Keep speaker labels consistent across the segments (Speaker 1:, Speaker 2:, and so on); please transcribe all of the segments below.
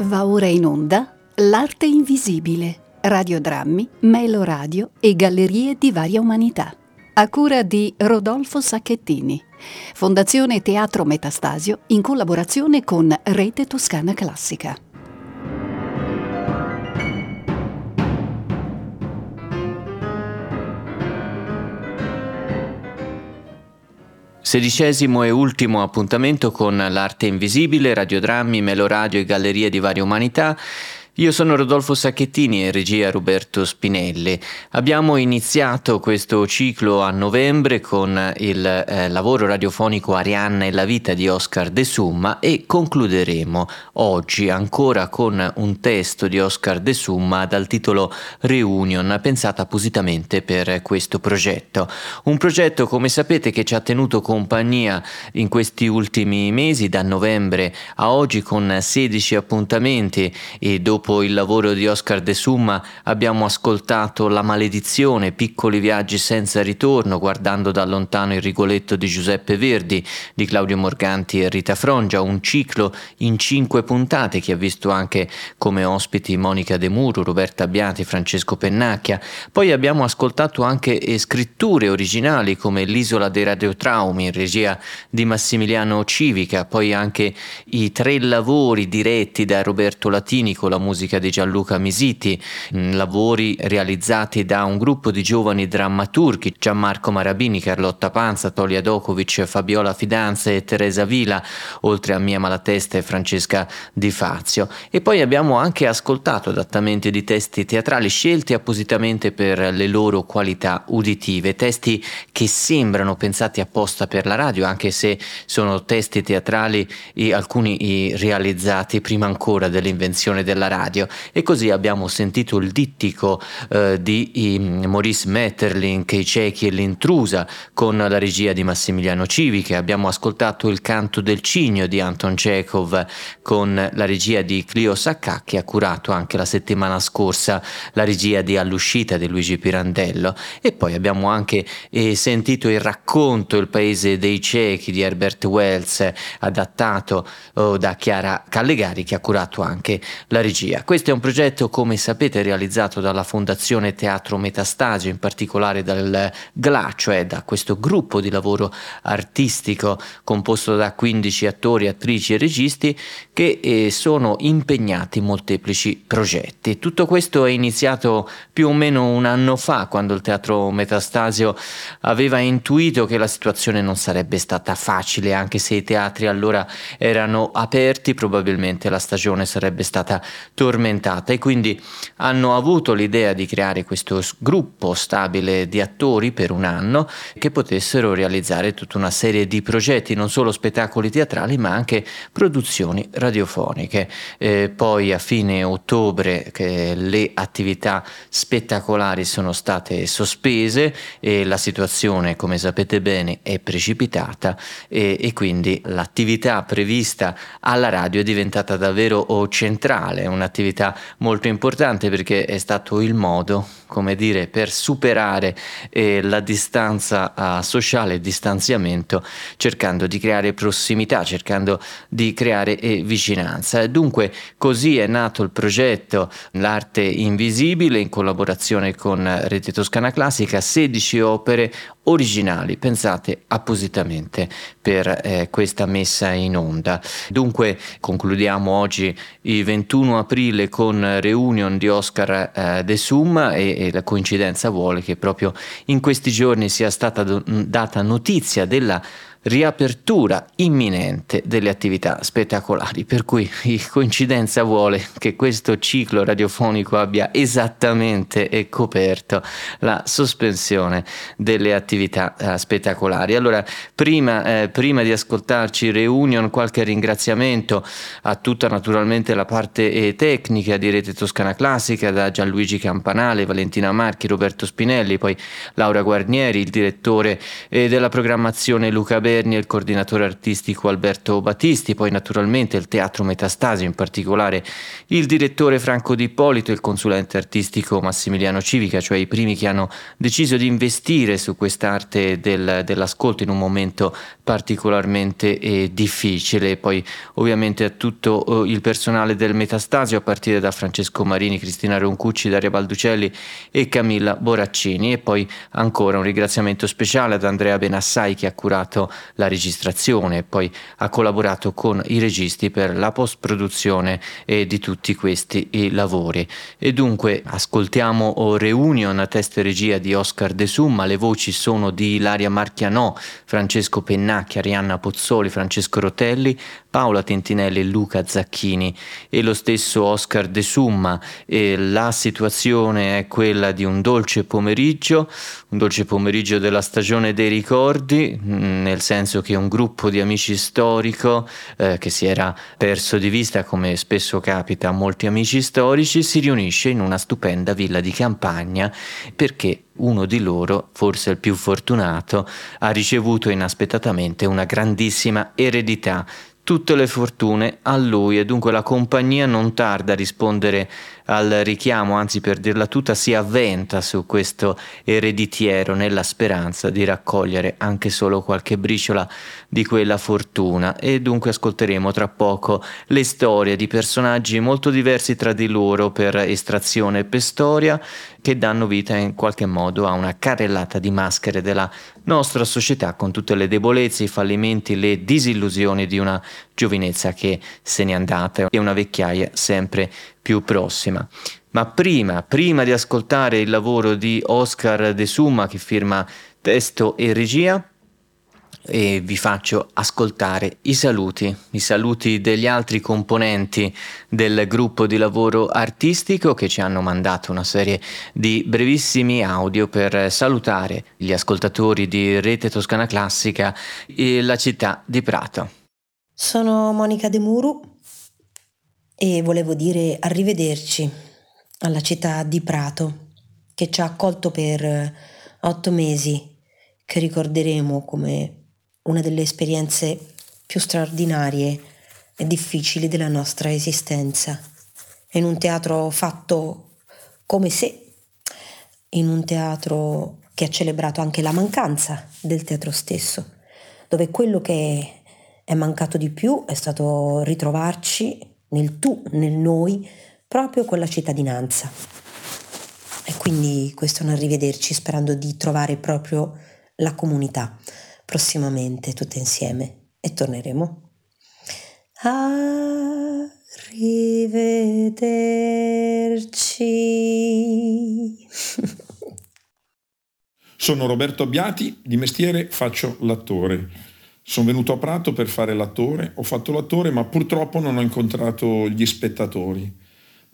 Speaker 1: Va ora in onda L'arte invisibile, radiodrammi, Melo Radio e gallerie di varia umanità. A cura di Rodolfo Sacchettini, Fondazione Teatro Metastasio in collaborazione con Rete Toscana Classica.
Speaker 2: Sedicesimo e ultimo appuntamento con l'arte invisibile, radiodrammi, meloradio e gallerie di varie umanità. Io sono Rodolfo Sacchettini e regia Roberto Spinelli. Abbiamo iniziato questo ciclo a novembre con il eh, lavoro radiofonico Arianna e la vita di Oscar De Summa e concluderemo oggi ancora con un testo di Oscar De Summa dal titolo Reunion, pensato appositamente per questo progetto. Un progetto, come sapete, che ci ha tenuto compagnia in questi ultimi mesi, da novembre a oggi, con 16 appuntamenti e dopo dopo il lavoro di Oscar De Summa abbiamo ascoltato La maledizione, piccoli viaggi senza ritorno, guardando da lontano il Rigoletto di Giuseppe Verdi, di Claudio Morganti e Rita Frongia, un ciclo in cinque puntate che ha visto anche come ospiti Monica De Muro, Roberta Abbiati, Francesco Pennacchia. Poi abbiamo ascoltato anche eh, scritture originali come L'isola dei radiotraumi in regia di Massimiliano Civica, poi anche i tre lavori diretti da Roberto Latini con la musica musica di Gianluca Misiti, mm, lavori realizzati da un gruppo di giovani drammaturghi, Gianmarco Marabini, Carlotta Panza, Tolia Dokovic, Fabiola Fidanze e Teresa Vila, oltre a Mia Malatesta e Francesca Di Fazio. E poi abbiamo anche ascoltato adattamenti di testi teatrali scelti appositamente per le loro qualità uditive, testi che sembrano pensati apposta per la radio, anche se sono testi teatrali alcuni realizzati prima ancora dell'invenzione della radio. E così abbiamo sentito il dittico eh, di Maurice Metterlink, I ciechi e l'intrusa, con la regia di Massimiliano Civiche. Abbiamo ascoltato il canto del cigno di Anton Chekhov, con la regia di Clio Sacca, che ha curato anche la settimana scorsa la regia di All'uscita di Luigi Pirandello. E poi abbiamo anche eh, sentito il racconto Il paese dei ciechi di Herbert Wells, adattato oh, da Chiara Callegari, che ha curato anche la regia questo è un progetto, come sapete, realizzato dalla Fondazione Teatro Metastasio, in particolare dal GLA, cioè da questo gruppo di lavoro artistico composto da 15 attori, attrici e registi che eh, sono impegnati in molteplici progetti. Tutto questo è iniziato più o meno un anno fa, quando il Teatro Metastasio aveva intuito che la situazione non sarebbe stata facile, anche se i teatri allora erano aperti, probabilmente la stagione sarebbe stata tormentata e quindi hanno avuto l'idea di creare questo gruppo stabile di attori per un anno che potessero realizzare tutta una serie di progetti, non solo spettacoli teatrali ma anche produzioni radiofoniche. Eh, poi a fine ottobre eh, le attività spettacolari sono state sospese e la situazione come sapete bene è precipitata e, e quindi l'attività prevista alla radio è diventata davvero oh, centrale, un'attività molto importante perché è stato il modo, come dire, per superare eh, la distanza eh, sociale, il distanziamento, cercando di creare prossimità, cercando di creare eh, vicinanza. Dunque così è nato il progetto L'arte invisibile in collaborazione con Rete Toscana Classica, 16 opere originali pensate appositamente per eh, questa messa in onda. Dunque concludiamo oggi il 21 aprile con Reunion di Oscar eh, De Summa e, e, la coincidenza vuole che proprio in questi giorni sia stata do- data notizia della riapertura imminente delle attività spettacolari, per cui coincidenza vuole che questo ciclo radiofonico abbia esattamente e coperto la sospensione delle attività eh, spettacolari. Allora, prima, eh, prima, di ascoltarci Reunion, qualche ringraziamento a tutta naturalmente la parte eh, tecnica di Rete Toscana Classica, da Gianluigi Campanale, Valentina Marchi, Roberto Spinelli, poi Laura Guarnieri, il direttore eh, della programmazione Luca Bene, Taverni e il coordinatore artistico Alberto Battisti, poi naturalmente il Teatro Metastasio, in particolare il direttore Franco Di Ippolito e il consulente artistico Massimiliano Civica, cioè i primi che hanno deciso di investire su quest'arte del, dell'ascolto in un momento particolarmente eh, difficile. Poi ovviamente a tutto eh, il personale del Metastasio, a partire da Francesco Marini, Cristina Roncucci, Daria Balducelli e Camilla Boraccini. E poi ancora un ringraziamento speciale ad Andrea Benassai che ha curato la registrazione e poi ha collaborato con i registi per la post-produzione eh, di tutti questi eh, lavori. E dunque ascoltiamo oh, Reunion, testa e regia di Oscar De Summa, le voci sono di Ilaria Marchianò, Francesco Pennacchi, Arianna Pozzoli, Francesco Rotelli, Paola Tentinelli e Luca Zacchini e lo stesso Oscar De Summa. E la situazione è quella di un dolce pomeriggio, un dolce pomeriggio della stagione dei ricordi, mm, nel senso che un gruppo di amici storico eh, che si era perso di vista, come spesso capita a molti amici storici, si riunisce in una stupenda villa di campagna perché uno di loro, forse il più fortunato, ha ricevuto inaspettatamente una grandissima eredità tutte le fortune a lui e dunque la compagnia non tarda a rispondere al richiamo, anzi per dirla tutta si avventa su questo ereditiero nella speranza di raccogliere anche solo qualche briciola di quella fortuna e dunque ascolteremo tra poco le storie di personaggi molto diversi tra di loro per estrazione e per storia che danno vita in qualche modo a una carrellata di maschere della nostra società con tutte le debolezze, i fallimenti, le disillusioni di una giovinezza che se n'è andata e una vecchiaia sempre più prossima. Ma prima, prima di ascoltare il lavoro di Oscar De Summa che firma testo e regia, e vi faccio ascoltare i saluti, i saluti degli altri componenti del gruppo di lavoro artistico che ci hanno mandato una serie di brevissimi audio per salutare gli ascoltatori di Rete Toscana Classica e la città di Prato.
Speaker 3: Sono Monica De Muru e volevo dire arrivederci alla città di Prato che ci ha accolto per eh, otto mesi che ricorderemo come una delle esperienze più straordinarie e difficili della nostra esistenza. In un teatro fatto come se, in un teatro che ha celebrato anche la mancanza del teatro stesso, dove quello che è mancato di più è stato ritrovarci nel tu, nel noi, proprio con la cittadinanza. E quindi questo è un arrivederci sperando di trovare proprio la comunità prossimamente tutte insieme e torneremo. Arrivederci.
Speaker 4: Sono Roberto Abbiati, di mestiere faccio l'attore. Sono venuto a Prato per fare l'attore, ho fatto l'attore ma purtroppo non ho incontrato gli spettatori.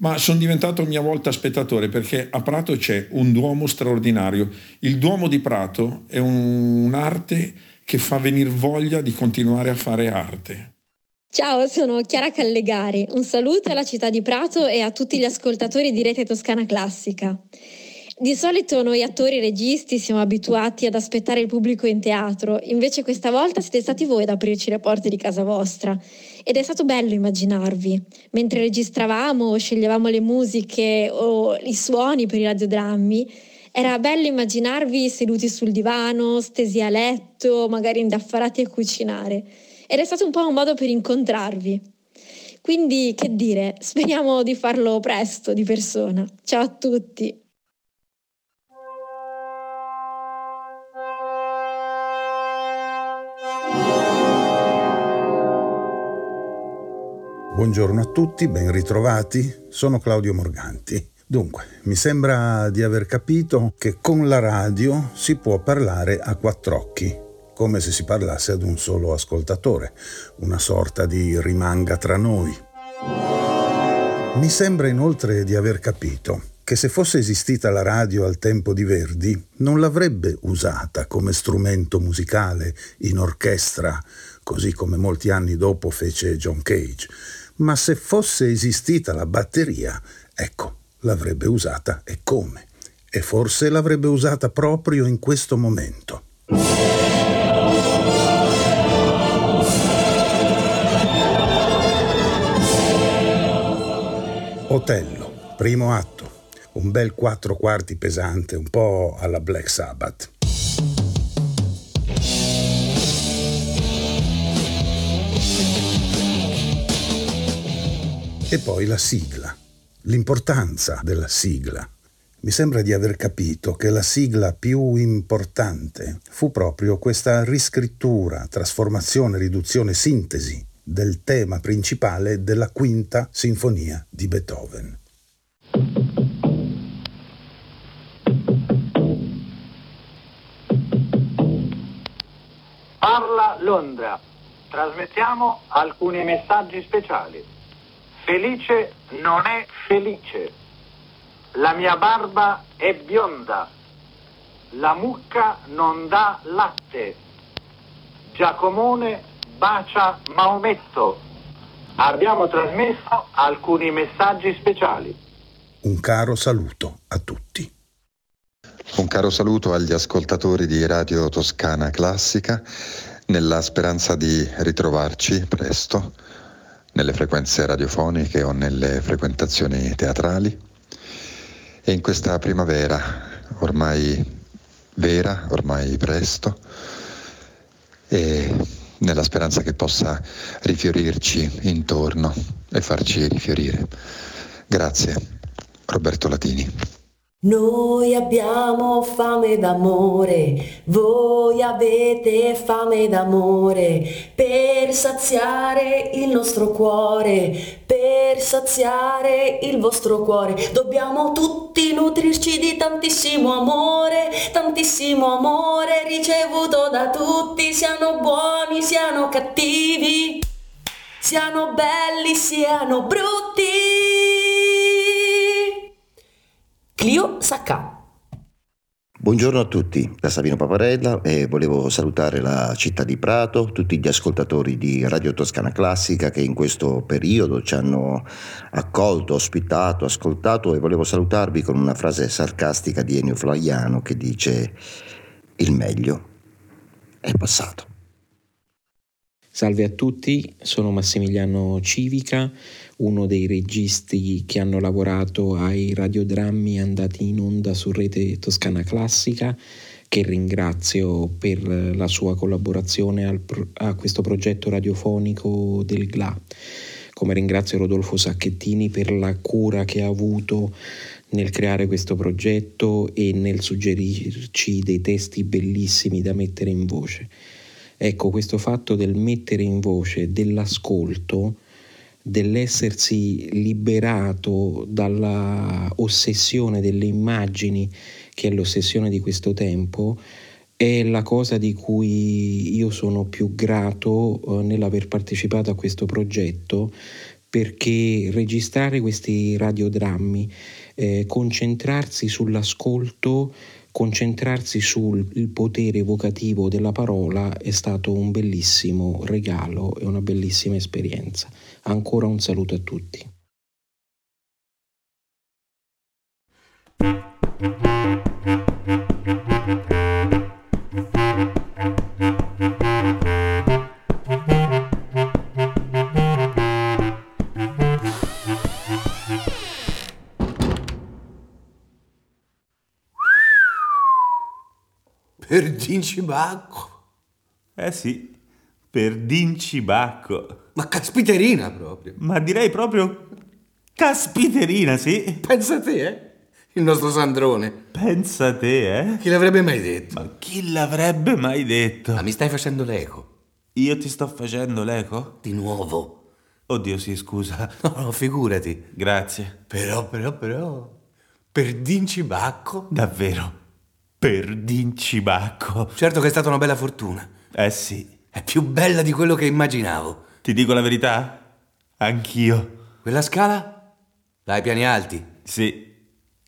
Speaker 4: Ma sono diventato a mia volta spettatore perché a Prato c'è un duomo straordinario. Il duomo di Prato è un- un'arte che fa venire voglia di continuare a fare arte.
Speaker 5: Ciao, sono Chiara Callegari. Un saluto alla città di Prato e a tutti gli ascoltatori di Rete Toscana Classica. Di solito noi attori e registi siamo abituati ad aspettare il pubblico in teatro, invece questa volta siete stati voi ad aprirci le porte di casa vostra ed è stato bello immaginarvi. Mentre registravamo o sceglievamo le musiche o i suoni per i radiodrammi, era bello immaginarvi seduti sul divano, stesi a letto, magari indaffarati a cucinare ed è stato un po' un modo per incontrarvi. Quindi, che dire, speriamo di farlo presto, di persona. Ciao a tutti!
Speaker 6: Buongiorno a tutti, ben ritrovati, sono Claudio Morganti. Dunque, mi sembra di aver capito che con la radio si può parlare a quattro occhi, come se si parlasse ad un solo ascoltatore, una sorta di rimanga tra noi. Mi sembra inoltre di aver capito che se fosse esistita la radio al tempo di Verdi, non l'avrebbe usata come strumento musicale in orchestra, così come molti anni dopo fece John Cage, ma se fosse esistita la batteria, ecco, l'avrebbe usata e come. E forse l'avrebbe usata proprio in questo momento. Otello, primo atto. Un bel quattro quarti pesante, un po' alla Black Sabbath. E poi la sigla, l'importanza della sigla. Mi sembra di aver capito che la sigla più importante fu proprio questa riscrittura, trasformazione, riduzione, sintesi del tema principale della quinta sinfonia di Beethoven.
Speaker 7: Parla Londra. Trasmettiamo alcuni messaggi speciali. Felice non è felice. La mia barba è bionda. La mucca non dà latte. Giacomone bacia Maometto. Abbiamo trasmesso alcuni messaggi speciali.
Speaker 6: Un caro saluto a tutti.
Speaker 8: Un caro saluto agli ascoltatori di Radio Toscana Classica, nella speranza di ritrovarci presto nelle frequenze radiofoniche o nelle frequentazioni teatrali. E in questa primavera, ormai vera, ormai presto, e nella speranza che possa rifiorirci intorno e farci rifiorire. Grazie, Roberto Latini.
Speaker 9: Noi abbiamo fame d'amore, voi avete fame d'amore, per saziare il nostro cuore, per saziare il vostro cuore. Dobbiamo tutti nutrirci di tantissimo amore, tantissimo amore ricevuto da tutti, siano buoni, siano cattivi, siano belli, siano brutti. Clio Sacca.
Speaker 10: Buongiorno a tutti, da Savino Paparella e volevo salutare la città di Prato, tutti gli ascoltatori di Radio Toscana Classica che in questo periodo ci hanno accolto, ospitato, ascoltato e volevo salutarvi con una frase sarcastica di Ennio Flaiano che dice il meglio è passato.
Speaker 11: Salve a tutti, sono Massimiliano Civica, uno dei registi che hanno lavorato ai radiodrammi andati in onda su Rete Toscana Classica, che ringrazio per la sua collaborazione pro- a questo progetto radiofonico del GLA, come ringrazio Rodolfo Sacchettini per la cura che ha avuto nel creare questo progetto e nel suggerirci dei testi bellissimi da mettere in voce. Ecco, questo fatto del mettere in voce, dell'ascolto, dell'essersi liberato dalla ossessione delle immagini, che è l'ossessione di questo tempo, è la cosa di cui io sono più grato eh, nell'aver partecipato a questo progetto, perché registrare questi radiodrammi, eh, concentrarsi sull'ascolto, concentrarsi sul potere evocativo della parola è stato un bellissimo regalo e una bellissima esperienza. Ancora un saluto a tutti.
Speaker 12: Per Gincibacco.
Speaker 13: Eh sì, per Dincibacco.
Speaker 12: Ma caspiterina proprio.
Speaker 13: Ma direi proprio caspiterina, sì.
Speaker 12: Pensa a te, eh? Il nostro Sandrone.
Speaker 13: Pensa a te, eh?
Speaker 12: Chi l'avrebbe mai detto?
Speaker 13: Ma chi l'avrebbe mai detto?
Speaker 12: Ma mi stai facendo l'eco.
Speaker 13: Io ti sto facendo l'eco?
Speaker 12: Di nuovo.
Speaker 13: Oddio, sì, scusa.
Speaker 12: No, no, figurati.
Speaker 13: Grazie.
Speaker 12: Però, però, però... Per Dincibacco.
Speaker 13: Davvero. Per Dincibacco.
Speaker 12: Certo che è stata una bella fortuna.
Speaker 13: Eh sì.
Speaker 12: È più bella di quello che immaginavo.
Speaker 13: Ti dico la verità? Anch'io.
Speaker 12: Quella scala? Là ai piani alti.
Speaker 13: Sì.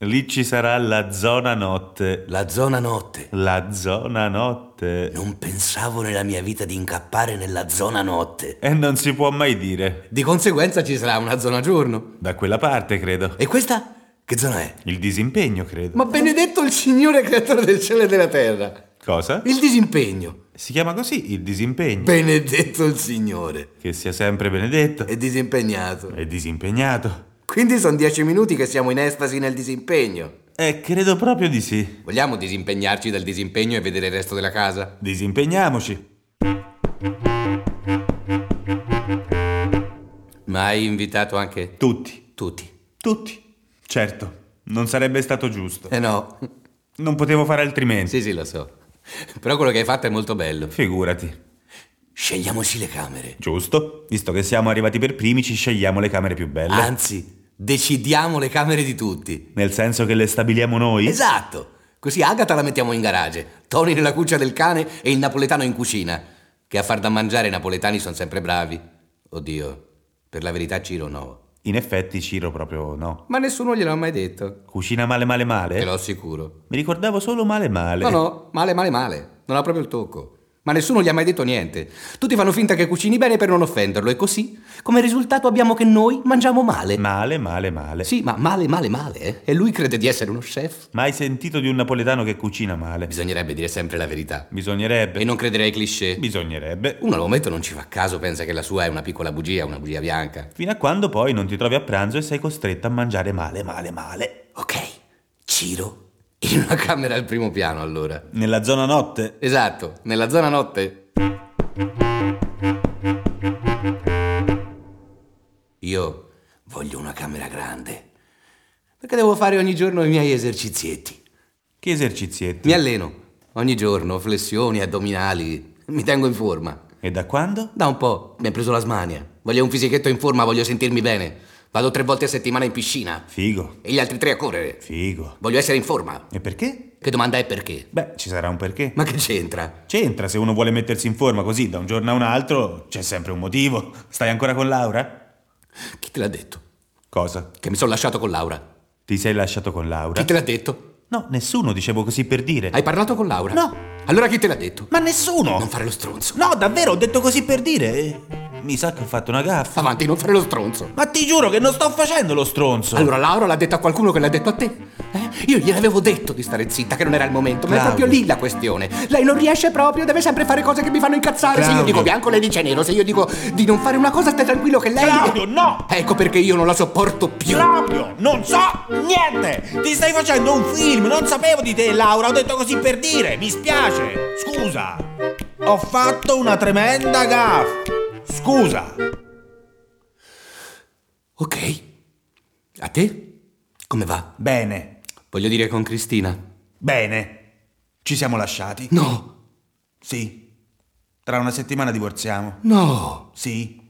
Speaker 13: Lì ci sarà la zona notte.
Speaker 12: La zona notte.
Speaker 13: La zona notte.
Speaker 12: Non pensavo nella mia vita di incappare nella zona notte.
Speaker 13: E non si può mai dire.
Speaker 12: Di conseguenza ci sarà una zona giorno.
Speaker 13: Da quella parte, credo.
Speaker 12: E questa? Che zona è?
Speaker 13: Il disimpegno, credo.
Speaker 12: Ma benedetto il Signore creatore del cielo e della terra.
Speaker 13: Cosa?
Speaker 12: Il disimpegno.
Speaker 13: Si chiama così il disimpegno.
Speaker 12: Benedetto il Signore.
Speaker 13: Che sia sempre benedetto.
Speaker 12: E disimpegnato.
Speaker 13: E disimpegnato.
Speaker 12: Quindi sono dieci minuti che siamo in estasi nel disimpegno.
Speaker 13: Eh, credo proprio di sì.
Speaker 12: Vogliamo disimpegnarci dal disimpegno e vedere il resto della casa?
Speaker 13: Disimpegniamoci.
Speaker 12: Ma hai invitato anche...
Speaker 13: Tutti.
Speaker 12: Tutti.
Speaker 13: Tutti. Certo, non sarebbe stato giusto.
Speaker 12: Eh no.
Speaker 13: Non potevo fare altrimenti.
Speaker 12: Sì, sì, lo so. Però quello che hai fatto è molto bello.
Speaker 13: Figurati.
Speaker 12: Scegliamoci le camere.
Speaker 13: Giusto? Visto che siamo arrivati per primi, ci scegliamo le camere più belle.
Speaker 12: Anzi, decidiamo le camere di tutti.
Speaker 13: Nel senso che le stabiliamo noi?
Speaker 12: Esatto. Così Agata la mettiamo in garage, Tony nella cuccia del cane e il napoletano in cucina. Che a far da mangiare i napoletani sono sempre bravi. Oddio, per la verità Ciro no.
Speaker 13: In effetti, Ciro proprio no.
Speaker 12: Ma nessuno gliel'ha mai detto.
Speaker 13: Cucina male male male?
Speaker 12: Te lo assicuro.
Speaker 13: Mi ricordavo solo male male.
Speaker 12: No, no, male, male, male. Non ha proprio il tocco. Ma nessuno gli ha mai detto niente. Tutti fanno finta che cucini bene per non offenderlo e così, come risultato, abbiamo che noi mangiamo male.
Speaker 13: Male male male.
Speaker 12: Sì, ma male, male, male. eh? E lui crede di essere uno chef.
Speaker 13: Mai sentito di un napoletano che cucina male?
Speaker 12: Bisognerebbe dire sempre la verità.
Speaker 13: Bisognerebbe.
Speaker 12: E non credere ai cliché.
Speaker 13: Bisognerebbe.
Speaker 12: Uno al momento non ci fa caso, pensa che la sua è una piccola bugia, una bugia bianca.
Speaker 13: Fino a quando poi non ti trovi a pranzo e sei costretto a mangiare male male male.
Speaker 12: Ok, Ciro. In una camera al primo piano, allora.
Speaker 13: Nella zona notte?
Speaker 12: Esatto, nella zona notte. Io voglio una camera grande. Perché devo fare ogni giorno i miei esercizietti.
Speaker 13: Che esercizietti?
Speaker 12: Mi alleno ogni giorno, flessioni, addominali. Mi tengo in forma.
Speaker 13: E da quando?
Speaker 12: Da un po' mi ha preso la smania. Voglio un fisichetto in forma, voglio sentirmi bene. Vado tre volte a settimana in piscina.
Speaker 13: Figo.
Speaker 12: E gli altri tre a correre.
Speaker 13: Figo.
Speaker 12: Voglio essere in forma.
Speaker 13: E perché?
Speaker 12: Che domanda è perché?
Speaker 13: Beh, ci sarà un perché.
Speaker 12: Ma che c'entra?
Speaker 13: C'entra, se uno vuole mettersi in forma così da un giorno a un altro, c'è sempre un motivo. Stai ancora con Laura?
Speaker 12: Chi te l'ha detto?
Speaker 13: Cosa?
Speaker 12: Che mi sono lasciato con Laura.
Speaker 13: Ti sei lasciato con Laura?
Speaker 12: Chi te l'ha detto?
Speaker 13: No, nessuno, dicevo così per dire.
Speaker 12: Hai parlato con Laura?
Speaker 13: No.
Speaker 12: Allora chi te l'ha detto?
Speaker 13: Ma nessuno!
Speaker 12: Non fare lo stronzo.
Speaker 13: No, davvero, ho detto così per dire. Eh, Mi sa che ho fatto una gaffa.
Speaker 12: Avanti, non fare lo stronzo.
Speaker 13: Ma ti giuro che non sto facendo lo stronzo.
Speaker 12: Allora Laura l'ha detto a qualcuno che l'ha detto a te? Eh? Io gliel'avevo detto di stare zitta, che non era il momento, ma è
Speaker 13: Claudio.
Speaker 12: proprio lì la questione. Lei non riesce proprio, deve sempre fare cose che mi fanno incazzare. Se io
Speaker 13: Claudio.
Speaker 12: dico bianco, lei dice nero. Se io dico di non fare una cosa, stai tranquillo che lei.
Speaker 13: Claudio, no!
Speaker 12: Ecco perché io non la sopporto più.
Speaker 13: Claudio, non so niente! Ti stai facendo un film, non sapevo di te, Laura, ho detto così per dire, mi spiace! Scusa! Ho fatto una tremenda gaffa! Scusa!
Speaker 12: Ok. A te? Come va?
Speaker 13: Bene,
Speaker 12: Voglio dire con Cristina.
Speaker 13: bene. Ci siamo lasciati?
Speaker 12: No,
Speaker 13: Sì. Tra una settimana divorziamo?
Speaker 12: no.
Speaker 13: Sì.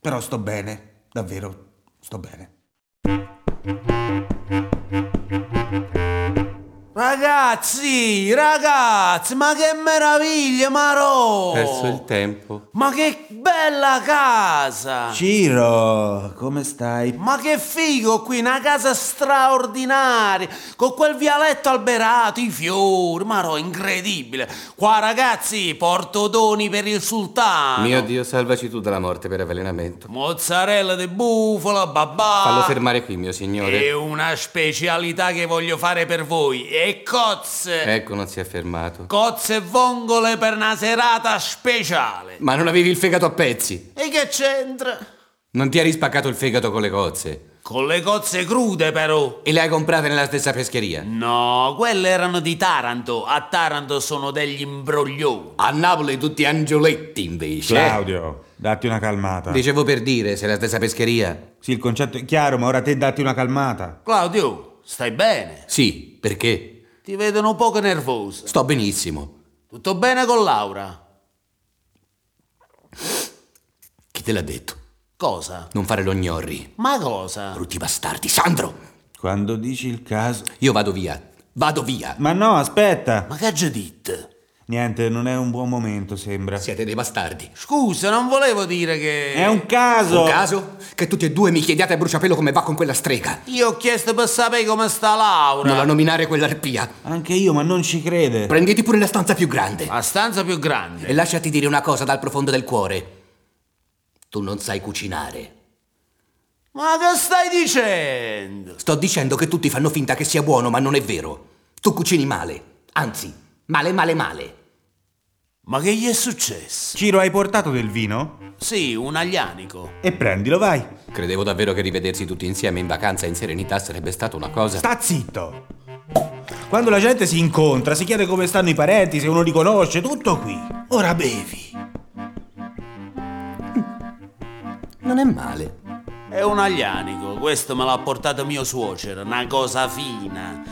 Speaker 13: Però sto bene, davvero, sto bene. Ragazzi, ragazzi, ma che meraviglia, Marò!
Speaker 14: Perso il tempo.
Speaker 15: Ma che bella casa!
Speaker 13: Ciro, come stai?
Speaker 15: Ma che figo qui, una casa straordinaria, con quel vialetto alberato, i fiori, ma no, incredibile. Qua ragazzi, porto doni per il
Speaker 13: Ah,
Speaker 15: sultano.
Speaker 14: Mio Dio, salvaci tu dalla morte per avvelenamento.
Speaker 15: Mozzarella di bufala,
Speaker 13: Ah.
Speaker 15: babà.
Speaker 14: Fallo fermare qui, mio signore.
Speaker 13: Eh,
Speaker 15: È una specialità che voglio fare per voi. E cozze.
Speaker 14: Ecco, non si è fermato.
Speaker 15: Cozze e vongole per una serata speciale.
Speaker 14: Ma non avevi il fegato a pezzi.
Speaker 15: E che c'entra?
Speaker 14: Non ti eri spaccato il fegato con le cozze.
Speaker 15: Con le cozze crude però.
Speaker 14: E le hai comprate nella stessa pescheria.
Speaker 15: No, quelle erano di Taranto. A Taranto sono degli imbroglioni.
Speaker 14: A Napoli tutti angioletti, invece. eh.
Speaker 13: Claudio, datti una calmata.
Speaker 14: Dicevo per dire, se è la stessa pescheria.
Speaker 13: Sì, il concetto è chiaro, ma ora te datti una calmata.
Speaker 15: Claudio, stai bene?
Speaker 14: Sì, perché?
Speaker 15: Ti vedono un poco nervoso.
Speaker 14: Sto benissimo.
Speaker 15: Tutto bene con Laura?
Speaker 14: Chi te l'ha detto?
Speaker 15: Cosa?
Speaker 14: Non fare lo gnorri.
Speaker 15: Ma cosa?
Speaker 14: Brutti bastardi. Sandro!
Speaker 13: Quando dici il caso...
Speaker 14: Io vado via. Vado via.
Speaker 13: Ma no, aspetta.
Speaker 15: Ma che già dite?
Speaker 13: Niente, non è un buon momento, sembra.
Speaker 14: Siete dei bastardi.
Speaker 15: Scusa, non volevo dire che...
Speaker 14: Eh?
Speaker 13: È un caso.
Speaker 14: Un caso? Che tutti e due mi chiediate a bruciapelo come va con quella strega.
Speaker 15: Io ho chiesto per sapere come sta Laura.
Speaker 14: Non la nominare quell'arpia.
Speaker 13: Anche io, ma non ci crede.
Speaker 14: Prenditi pure la stanza più grande.
Speaker 15: La stanza più grande.
Speaker 14: E lasciati dire una cosa dal profondo del cuore. Tu non sai cucinare.
Speaker 15: Ma che stai dicendo?
Speaker 14: Sto dicendo che tutti fanno finta che sia buono, ma non è vero. Tu cucini male. Anzi, male, male, male.
Speaker 15: Ma che gli è successo?
Speaker 13: Ciro, hai portato del vino?
Speaker 15: Sì, un aglianico.
Speaker 13: E prendilo, vai.
Speaker 12: Credevo davvero che rivedersi tutti insieme in vacanza in serenità sarebbe stata una cosa.
Speaker 13: Sta zitto! Quando la gente si incontra, si chiede come stanno i parenti, se uno li conosce, tutto qui.
Speaker 15: Ora bevi.
Speaker 12: Non è male.
Speaker 15: È un aglianico, questo me l'ha portato mio suocero, una cosa fina.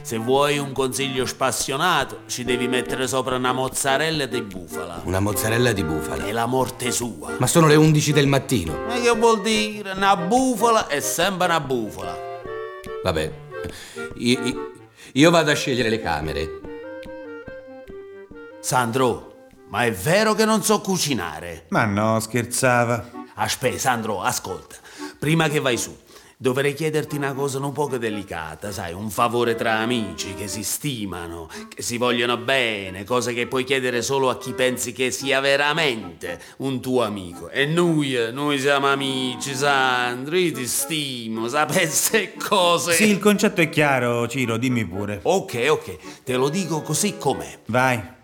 Speaker 15: Se vuoi un consiglio spassionato, ci devi mettere sopra una mozzarella di bufala.
Speaker 12: Una mozzarella di bufala.
Speaker 15: È la morte sua.
Speaker 12: Ma sono le 11 del mattino.
Speaker 15: Ma che vuol dire? Una bufala è sempre una bufala.
Speaker 12: Vabbè, io, io- io vado a scegliere le camere.
Speaker 15: Sandro, ma è vero che non so cucinare?
Speaker 13: Ma no, scherzava.
Speaker 15: Aspetta, Sandro, ascolta. Prima che vai su, dovrei chiederti una cosa un poco delicata, sai, un favore tra amici che si stimano, che si vogliono bene, cose che puoi chiedere solo a chi pensi che sia veramente un tuo amico. E noi, eh, noi siamo amici, Sandro, io ti stimo, sapesse cose.
Speaker 13: Sì, il concetto è chiaro, Ciro, dimmi pure.
Speaker 15: Ok, ok, te lo dico così com'è.
Speaker 13: Vai,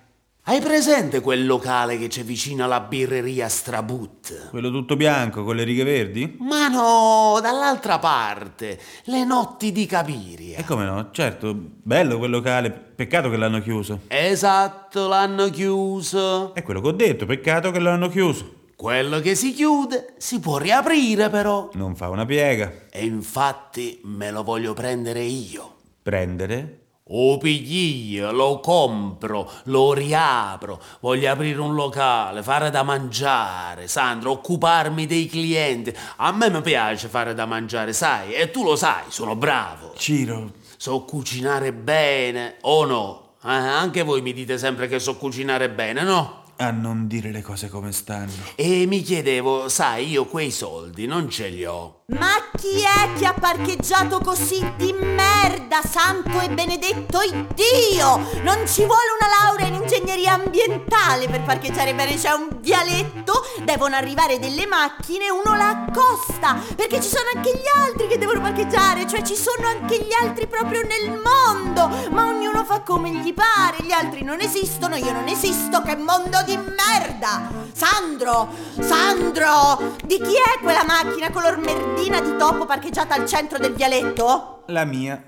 Speaker 15: Hai presente quel locale che c'è vicino alla birreria Strabut?
Speaker 13: quello tutto bianco con le righe verdi?
Speaker 15: Ma no, dall'altra parte, le notti di Cabiria.
Speaker 13: E come no? Certo, bello quel locale, peccato che l'hanno chiuso.
Speaker 15: Esatto, l'hanno chiuso.
Speaker 13: È quello che ho detto, peccato che l'hanno chiuso.
Speaker 15: Quello che si chiude si può riaprire però.
Speaker 13: Non fa una piega.
Speaker 15: E infatti me lo voglio prendere io.
Speaker 13: Prendere?
Speaker 15: O piglio, lo compro, lo riapro, voglio aprire un locale, fare da mangiare, Sandro, occuparmi dei clienti. A me mi piace fare da mangiare, sai, e tu lo sai, sono bravo.
Speaker 13: Ciro,
Speaker 15: So cucinare bene o no? Eh, anche voi mi dite sempre che so cucinare bene, no?
Speaker 13: a non dire le cose come stanno.
Speaker 15: E mi chiedevo, sai, io quei soldi non ce li ho.
Speaker 16: Ma chi è che ha parcheggiato così di merda, santo e benedetto Iddio? Non ci vuole una laurea in ingegneria ambientale per parcheggiare bene, c'è un vialetto, devono arrivare delle macchine, uno la accosta, perché ci sono anche gli altri che devono parcheggiare, cioè ci sono anche gli altri proprio nel mondo, ma ognuno fa come gli pare, gli altri non esistono, io non esisto, che mondo di merda! Sandro, Sandro, di chi è quella macchina color merdina di topo parcheggiata al centro del vialetto?
Speaker 13: La mia.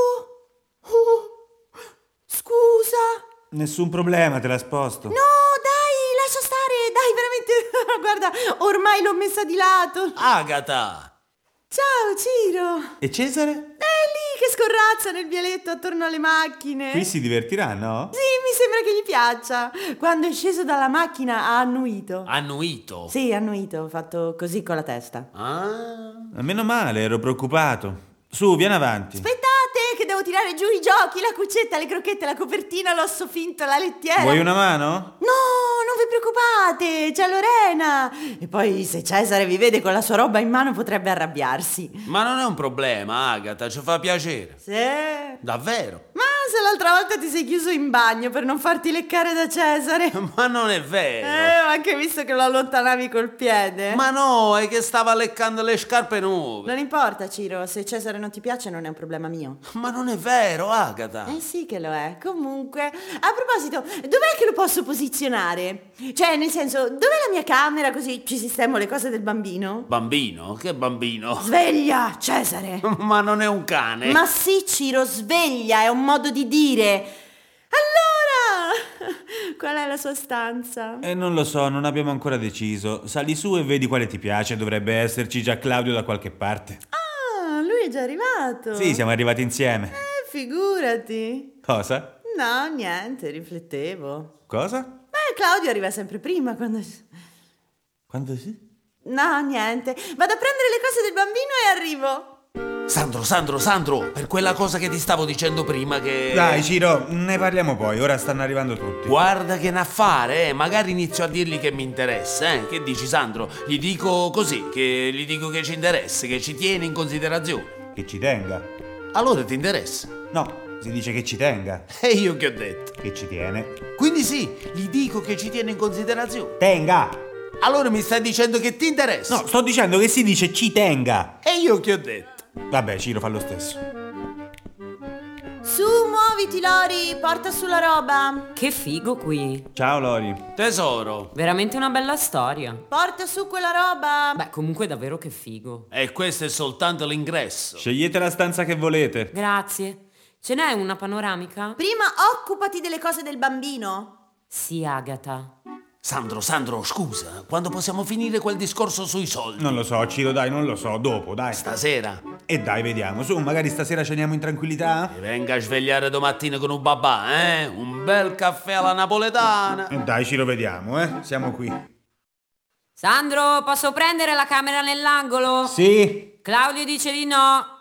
Speaker 16: Oh, oh, scusa.
Speaker 13: Nessun problema, te la sposto.
Speaker 16: No, dai, lascia stare, dai, veramente. Guarda, ormai l'ho messa di lato.
Speaker 13: Ah.
Speaker 15: Agata!
Speaker 16: Ciao, Ciro.
Speaker 13: E Cesare?
Speaker 16: È lì che scorrazza nel vialetto attorno alle macchine.
Speaker 13: Qui si divertirà, no?
Speaker 16: Sì, mi sembra che gli piaccia. Quando è sceso dalla macchina ha annuito.
Speaker 15: Annuito!
Speaker 16: Sì, ha annuito, ho fatto così con la testa.
Speaker 15: Oh. Ah?
Speaker 13: Meno male, ero preoccupato. Su, vieni avanti.
Speaker 16: Aspettate, che devo tirare giù i giochi, la cuccetta, le crocchette, la copertina, l'osso finto, la lettiera.
Speaker 13: Vuoi una mano?
Speaker 16: Eh, No, non vi preoccupate, c'è Lorena. E poi se Cesare vi vede con la sua roba in mano potrebbe arrabbiarsi.
Speaker 15: Ma non è un problema, Agata, ci fa piacere.
Speaker 16: Sì. Ma
Speaker 15: Davvero?
Speaker 16: se l'altra volta ti sei chiuso in bagno per non farti leccare da Cesare.
Speaker 15: Ma non è
Speaker 16: Eh,
Speaker 15: vero!
Speaker 16: ho anche visto che lo allontanavi col piede.
Speaker 15: Ma no, è che stava leccando le scarpe nuove.
Speaker 16: Non importa, Ciro, se Cesare non ti piace non è un problema mio.
Speaker 15: Ma non è vero, Agata!
Speaker 16: Eh sì che lo è. Comunque, a proposito, dov'è che lo posso posizionare? Cioè, nel senso, dov'è la mia camera così ci sistemo le cose del bambino?
Speaker 15: Bambino? Che bambino?
Speaker 16: Sveglia, Cesare!
Speaker 15: Ma non è un cane!
Speaker 16: Ma sì, Ciro, sveglia, è un modo di dire. Allora, qual è la sua stanza?
Speaker 13: Eh, non lo so, non abbiamo ancora deciso. Sali su e vedi quale ti piace, dovrebbe esserci già Claudio da qualche parte.
Speaker 16: Ah, lui è già arrivato.
Speaker 13: Sì, siamo arrivati insieme.
Speaker 16: Eh, figurati.
Speaker 13: Cosa?
Speaker 16: No, niente, riflettevo.
Speaker 13: Cosa?
Speaker 16: Beh, Claudio arriva sempre prima quando...
Speaker 13: Quando si?
Speaker 16: No, niente. Vado a prendere le cose del bambino e arrivo.
Speaker 15: Sandro, Sandro, Sandro, per quella cosa che ti stavo dicendo prima che...
Speaker 13: Eh. Dai, Ciro, ne parliamo poi, ora stanno arrivando tutti.
Speaker 15: Guarda che n'affare, eh. magari inizio a dirgli che mi interessa, eh. Che dici Sandro? Gli dico così, che gli dico che ci interessa, che ci tiene in considerazione.
Speaker 13: Che ci tenga.
Speaker 15: Allora ti interessa.
Speaker 13: No, si dice che ci tenga,
Speaker 15: E io che ho detto.
Speaker 13: che ci tiene.
Speaker 15: Quindi sì, gli dico che ci tiene in considerazione.
Speaker 13: Tenga!
Speaker 15: Allora mi stai dicendo che ti interessa.
Speaker 13: No, sto dicendo che si dice ci tenga.
Speaker 15: E io che ho detto.
Speaker 13: Vabbè, Ciro fa lo stesso.
Speaker 16: Su, muoviti Lori, porta sulla roba.
Speaker 17: Che figo qui.
Speaker 13: Ciao Lori.
Speaker 7: Tesoro.
Speaker 17: Veramente una bella storia.
Speaker 16: Porta su quella roba.
Speaker 17: Beh, comunque davvero che figo.
Speaker 7: E questo è soltanto l'ingresso.
Speaker 13: Scegliete la stanza che volete.
Speaker 17: Grazie. Ce n'è una panoramica?
Speaker 16: Prima occupati delle cose del bambino.
Speaker 17: Sì, Agata.
Speaker 7: Sandro, Sandro, scusa, quando possiamo finire quel discorso sui soldi?
Speaker 13: Non lo so, Ciro, dai, non lo so, dopo, dai.
Speaker 7: Stasera?
Speaker 13: E dai, vediamo. Su, magari stasera ceniamo in tranquillità?
Speaker 7: Mi venga a svegliare domattina con un babà, eh? Un bel caffè alla napoletana.
Speaker 13: E dai, Ciro, vediamo, eh? Siamo qui.
Speaker 17: Sandro, posso prendere la camera nell'angolo?
Speaker 13: Sì.
Speaker 17: Claudio dice di no.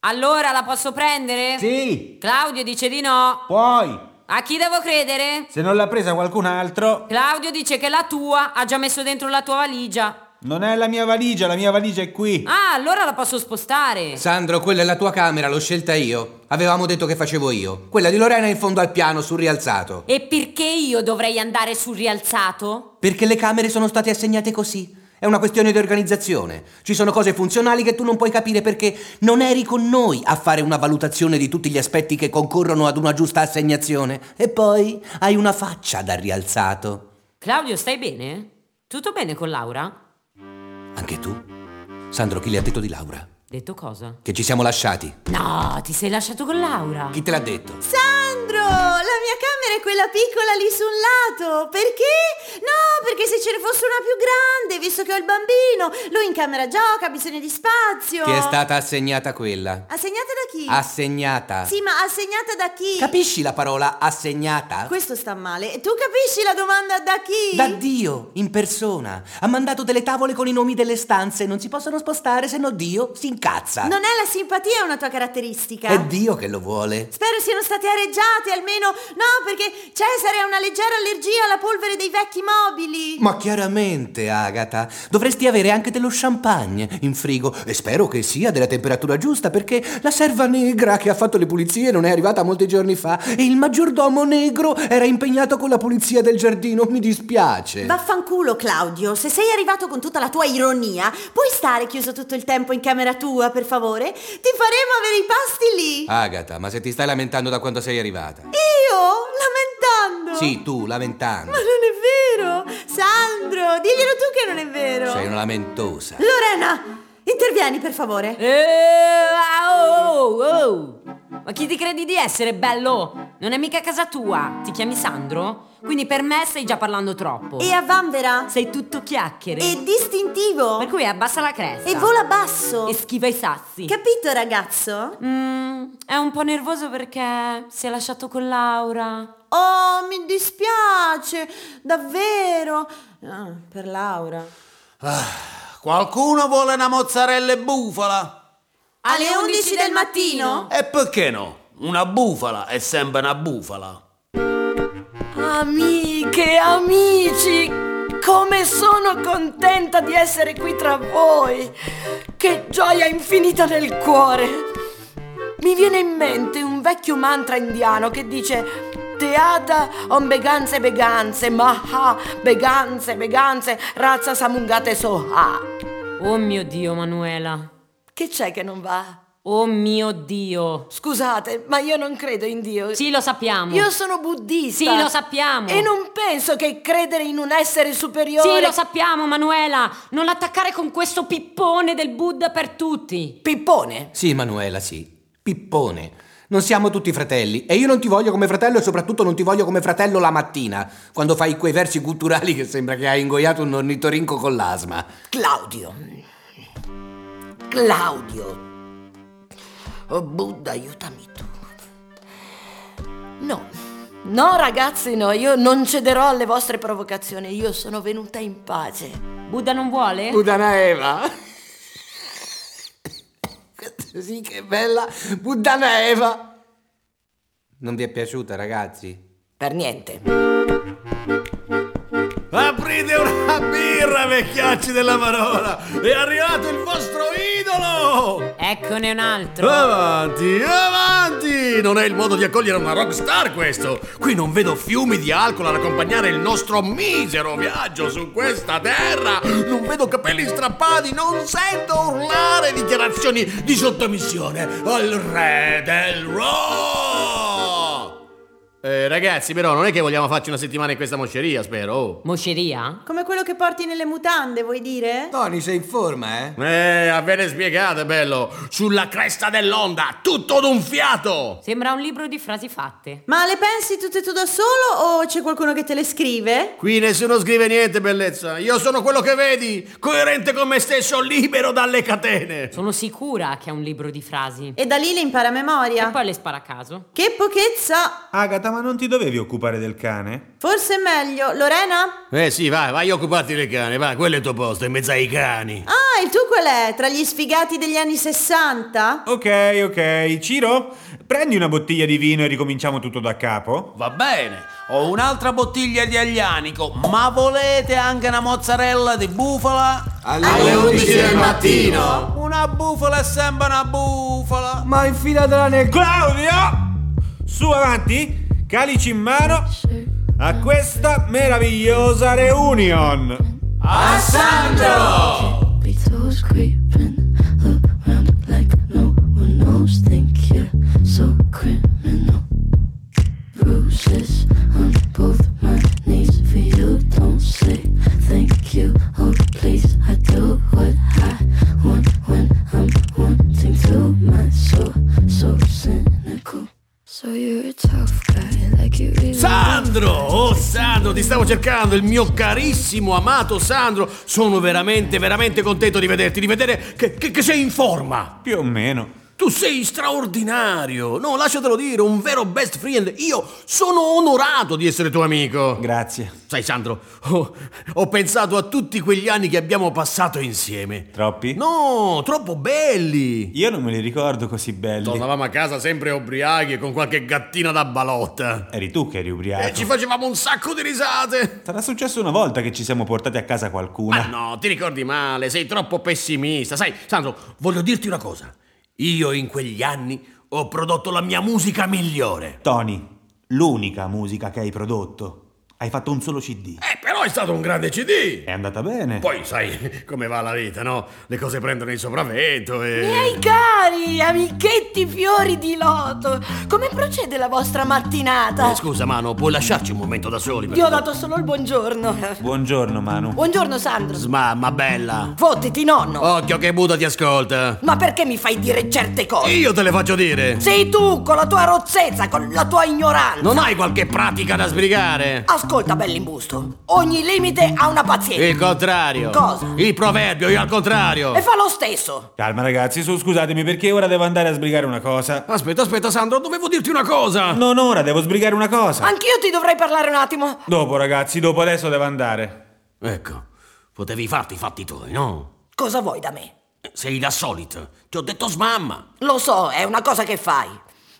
Speaker 17: Allora la posso prendere?
Speaker 13: Sì.
Speaker 17: Claudio dice di no.
Speaker 13: Puoi.
Speaker 17: A chi devo credere?
Speaker 13: Se non l'ha presa qualcun altro...
Speaker 17: Claudio dice che la tua ha già messo dentro la tua valigia.
Speaker 13: Non è la mia valigia, la mia valigia è qui.
Speaker 17: Ah, allora la posso spostare.
Speaker 12: Sandro, quella è la tua camera, l'ho scelta io. Avevamo detto che facevo io. Quella di Lorena è in fondo al piano, sul rialzato.
Speaker 17: E perché io dovrei andare sul rialzato?
Speaker 12: Perché le camere sono state assegnate così. È una questione di organizzazione. Ci sono cose funzionali che tu non puoi capire perché non eri con noi a fare una valutazione di tutti gli aspetti che concorrono ad una giusta assegnazione. E poi hai una faccia da rialzato.
Speaker 17: Claudio, stai bene? Tutto bene con Laura?
Speaker 12: Anche tu? Sandro, chi le ha detto di Laura?
Speaker 17: Detto cosa?
Speaker 12: Che ci siamo lasciati.
Speaker 17: No, ti sei lasciato con Laura.
Speaker 12: Chi te l'ha detto?
Speaker 16: Sandro, la mia camera è quella piccola lì su un lato. Perché? No, perché se ce ne fosse una più grande, visto che ho il bambino, lui in camera gioca, ha bisogno di spazio.
Speaker 12: Ti è stata Ah, assegnata quella.
Speaker 16: Assegnata da chi?
Speaker 12: Assegnata.
Speaker 16: Sì, ma assegnata da chi?
Speaker 12: Capisci la parola assegnata?
Speaker 16: Questo sta male. Tu capisci la domanda da chi?
Speaker 12: Da Dio, in persona. Ha mandato delle tavole con i nomi delle stanze, non si possono spostare se no Dio si incazza.
Speaker 16: Non è la simpatia una tua caratteristica.
Speaker 12: È Dio che lo vuole.
Speaker 16: Spero siano state areggiate almeno. No, perché Cesare ha una leggera allergia alla polvere dei vecchi mobili.
Speaker 12: Ma chiaramente, Agata, dovresti avere anche dello champagne in frigo e spero che sia della temperatura giusta perché la serva negra che ha fatto le pulizie non è arrivata molti giorni fa e il maggiordomo negro era impegnato con la pulizia del giardino. Mi dispiace.
Speaker 16: Vaffanculo, Claudio. Se sei arrivato con tutta la tua ironia, puoi stare chiuso tutto il tempo in camera tua, per favore? Ti faremo avere i pasti lì.
Speaker 12: Agata, ma se ti stai lamentando da quando sei arrivata?
Speaker 16: Io? Lamentando?
Speaker 12: Sì, tu, lamentando.
Speaker 16: Ma non è vero! Sandro, diglielo tu che non è vero!
Speaker 12: Sei una lamentosa.
Speaker 16: Lorena, intervieni per favore.
Speaker 17: Eh, ah, oh, oh, oh. Ma chi ti credi di essere, bello? Non è mica casa tua. Ti chiami Sandro? Quindi per me stai già parlando troppo.
Speaker 16: E a vanvera?
Speaker 17: Sei tutto chiacchiere.
Speaker 16: E distintivo.
Speaker 17: Per cui abbassa la cresta.
Speaker 16: E vola basso.
Speaker 17: E schiva i sassi.
Speaker 16: Capito, ragazzo?
Speaker 17: Mm, è un po' nervoso perché si è lasciato con Laura.
Speaker 16: Oh, mi dispiace, davvero. Ah, per Laura.
Speaker 7: Ah, qualcuno vuole una mozzarella e bufala?
Speaker 16: Alle 11 del mattino?
Speaker 7: E perché no? Una bufala è sempre una bufala.
Speaker 18: Amiche, amici, come sono contenta di essere qui tra voi! Che gioia infinita nel cuore! Mi viene in mente un vecchio mantra indiano che dice Teata on beganze beganze, maha, beganze beganze, razza samungate soha.
Speaker 17: Oh mio Dio, Manuela.
Speaker 18: Che c'è che non va?
Speaker 17: Oh mio Dio!
Speaker 18: Scusate, ma io non credo in Dio.
Speaker 17: Sì, lo sappiamo.
Speaker 18: Io sono buddista.
Speaker 17: Sì, lo sappiamo.
Speaker 18: E non penso che credere in un essere superiore.
Speaker 17: Sì, lo sappiamo, Manuela. Non attaccare con questo pippone del Buddha per tutti.
Speaker 18: Pippone?
Speaker 12: Sì, Manuela, sì. Pippone. Non siamo tutti fratelli e io non ti voglio come fratello e soprattutto non ti voglio come fratello la mattina, quando fai quei versi culturali che sembra che hai ingoiato un ornitorinco con l'asma.
Speaker 18: Claudio. Claudio. Oh Buddha, aiutami tu. No, no ragazzi, no, io non cederò alle vostre provocazioni, io sono venuta in pace.
Speaker 17: Buddha non vuole?
Speaker 12: Buddhanaeva. Questa sì che è bella. Buddhanaeva. Non vi è piaciuta, ragazzi?
Speaker 18: Per niente.
Speaker 7: Aprite una birra, vecchiacci della parola! È arrivato il vostro idolo! Eh,
Speaker 17: Eccone un altro!
Speaker 7: Avanti, avanti! Non è il modo di accogliere una rockstar questo! Qui non vedo fiumi di alcol ad accompagnare il nostro misero viaggio su questa terra! Non vedo capelli strappati, non sento urlare dichiarazioni di sottomissione al re del rock!
Speaker 19: Eh, ragazzi, però non è che vogliamo farci una settimana in questa mosceria, spero. Oh.
Speaker 17: Mosceria?
Speaker 16: Come quello che porti nelle mutande, vuoi dire?
Speaker 12: Tony, sei in forma, eh?
Speaker 19: Eh, avete spiegato, bello. Sulla cresta dell'onda, tutto d'un fiato.
Speaker 17: Sembra un libro di frasi fatte.
Speaker 16: Ma le pensi tutte e tu da solo o c'è qualcuno che te le scrive?
Speaker 19: Qui nessuno scrive niente, bellezza. Io sono quello che vedi, coerente con me stesso, libero dalle catene.
Speaker 17: Sono sicura che è un libro di frasi.
Speaker 16: E da lì le impara a memoria.
Speaker 17: E poi le spara a caso.
Speaker 16: Che pochezza!
Speaker 13: Agata, ma non ti dovevi occupare del cane?
Speaker 16: Forse è meglio. Lorena?
Speaker 19: Eh sì, vai, vai a occuparti del cane, vai, quello è il tuo posto, in mezzo ai cani.
Speaker 16: Ah, il tuo qual è? Tra gli sfigati degli anni 60?
Speaker 13: Ok, ok. Ciro, prendi una bottiglia di vino e ricominciamo tutto da capo?
Speaker 7: Va bene, ho un'altra bottiglia di aglianico, ma volete anche una mozzarella di bufala?
Speaker 15: Alle Alle 11 del 11 del mattino. mattino.
Speaker 7: Una bufala è sempre una bufala!
Speaker 13: Ma infilatela nel... Claudio! Su avanti, calici in mano a questa meravigliosa reunion!
Speaker 15: A Sandro!
Speaker 20: Oh,
Speaker 7: Sandro! Oh Sandro, ti stavo cercando, il mio carissimo, amato Sandro! Sono veramente, veramente contento di vederti, di vedere che, che- che sei in forma!
Speaker 13: Più o meno.
Speaker 7: Tu sei straordinario! No, lasciatelo dire, un vero best friend! Io sono onorato di essere tuo amico!
Speaker 13: Grazie.
Speaker 7: Sai Sandro, ho, ho pensato a tutti quegli anni che abbiamo passato insieme.
Speaker 13: Troppi?
Speaker 7: No, troppo belli!
Speaker 13: Io non me li ricordo così belli.
Speaker 7: Tornavamo a casa sempre ubriachi e con qualche gattina da balotta.
Speaker 13: Eri tu che eri ubriaco.
Speaker 7: E ci facevamo Eh, un sacco di risate.
Speaker 13: Sarà successo una volta che ci siamo portati a casa qualcuna.
Speaker 7: Ma no, ti ricordi male, sei troppo pessimista. Sai, Sandro, voglio dirti una cosa. Io in quegli anni ho prodotto la mia musica migliore.
Speaker 13: Tony, l'unica musica che hai prodotto. Hai fatto un solo CD.
Speaker 7: Eh, però è stato un grande CD.
Speaker 13: È andata bene.
Speaker 7: Poi sai come va la vita, no? Le cose prendono il sopravvento e...
Speaker 18: Miei cari amichetti fiori di loto, come procede la vostra mattinata?
Speaker 7: Eh, scusa, Mano, puoi lasciarci un momento da soli? per
Speaker 18: Io ho
Speaker 7: favore?
Speaker 18: dato solo il buongiorno.
Speaker 13: Buongiorno, Manu.
Speaker 18: Buongiorno Sandro.
Speaker 7: Mamma bella.
Speaker 18: Fottiti nonno.
Speaker 7: Occhio che Buda ti ascolta.
Speaker 18: Ma perché mi fai dire certe cose?
Speaker 7: Io te le faccio dire.
Speaker 18: Sei tu con la tua rozzezza, con la tua ignoranza.
Speaker 7: Non hai qualche pratica da sbrigare?
Speaker 18: Ascolta, bell'imbusto. Ogni limite ha una pazienza.
Speaker 7: Il contrario.
Speaker 18: Cosa?
Speaker 7: Eh, Il proverbio, io al contrario.
Speaker 18: E fa lo stesso.
Speaker 13: Calma, ragazzi, su, scusatemi perché ora devo andare a sbrigare una cosa.
Speaker 7: Aspetta, aspetta, Sandro, dovevo dirti una cosa.
Speaker 13: Non ora, devo sbrigare una cosa.
Speaker 18: Anch'io ti dovrei parlare un attimo.
Speaker 13: Dopo, ragazzi, dopo adesso devo andare.
Speaker 7: Ecco, potevi farti i fatti tuoi, no?
Speaker 18: Cosa vuoi da me?
Speaker 7: Sei la solita. Ti ho detto smamma.
Speaker 18: Lo so, è una cosa che fai.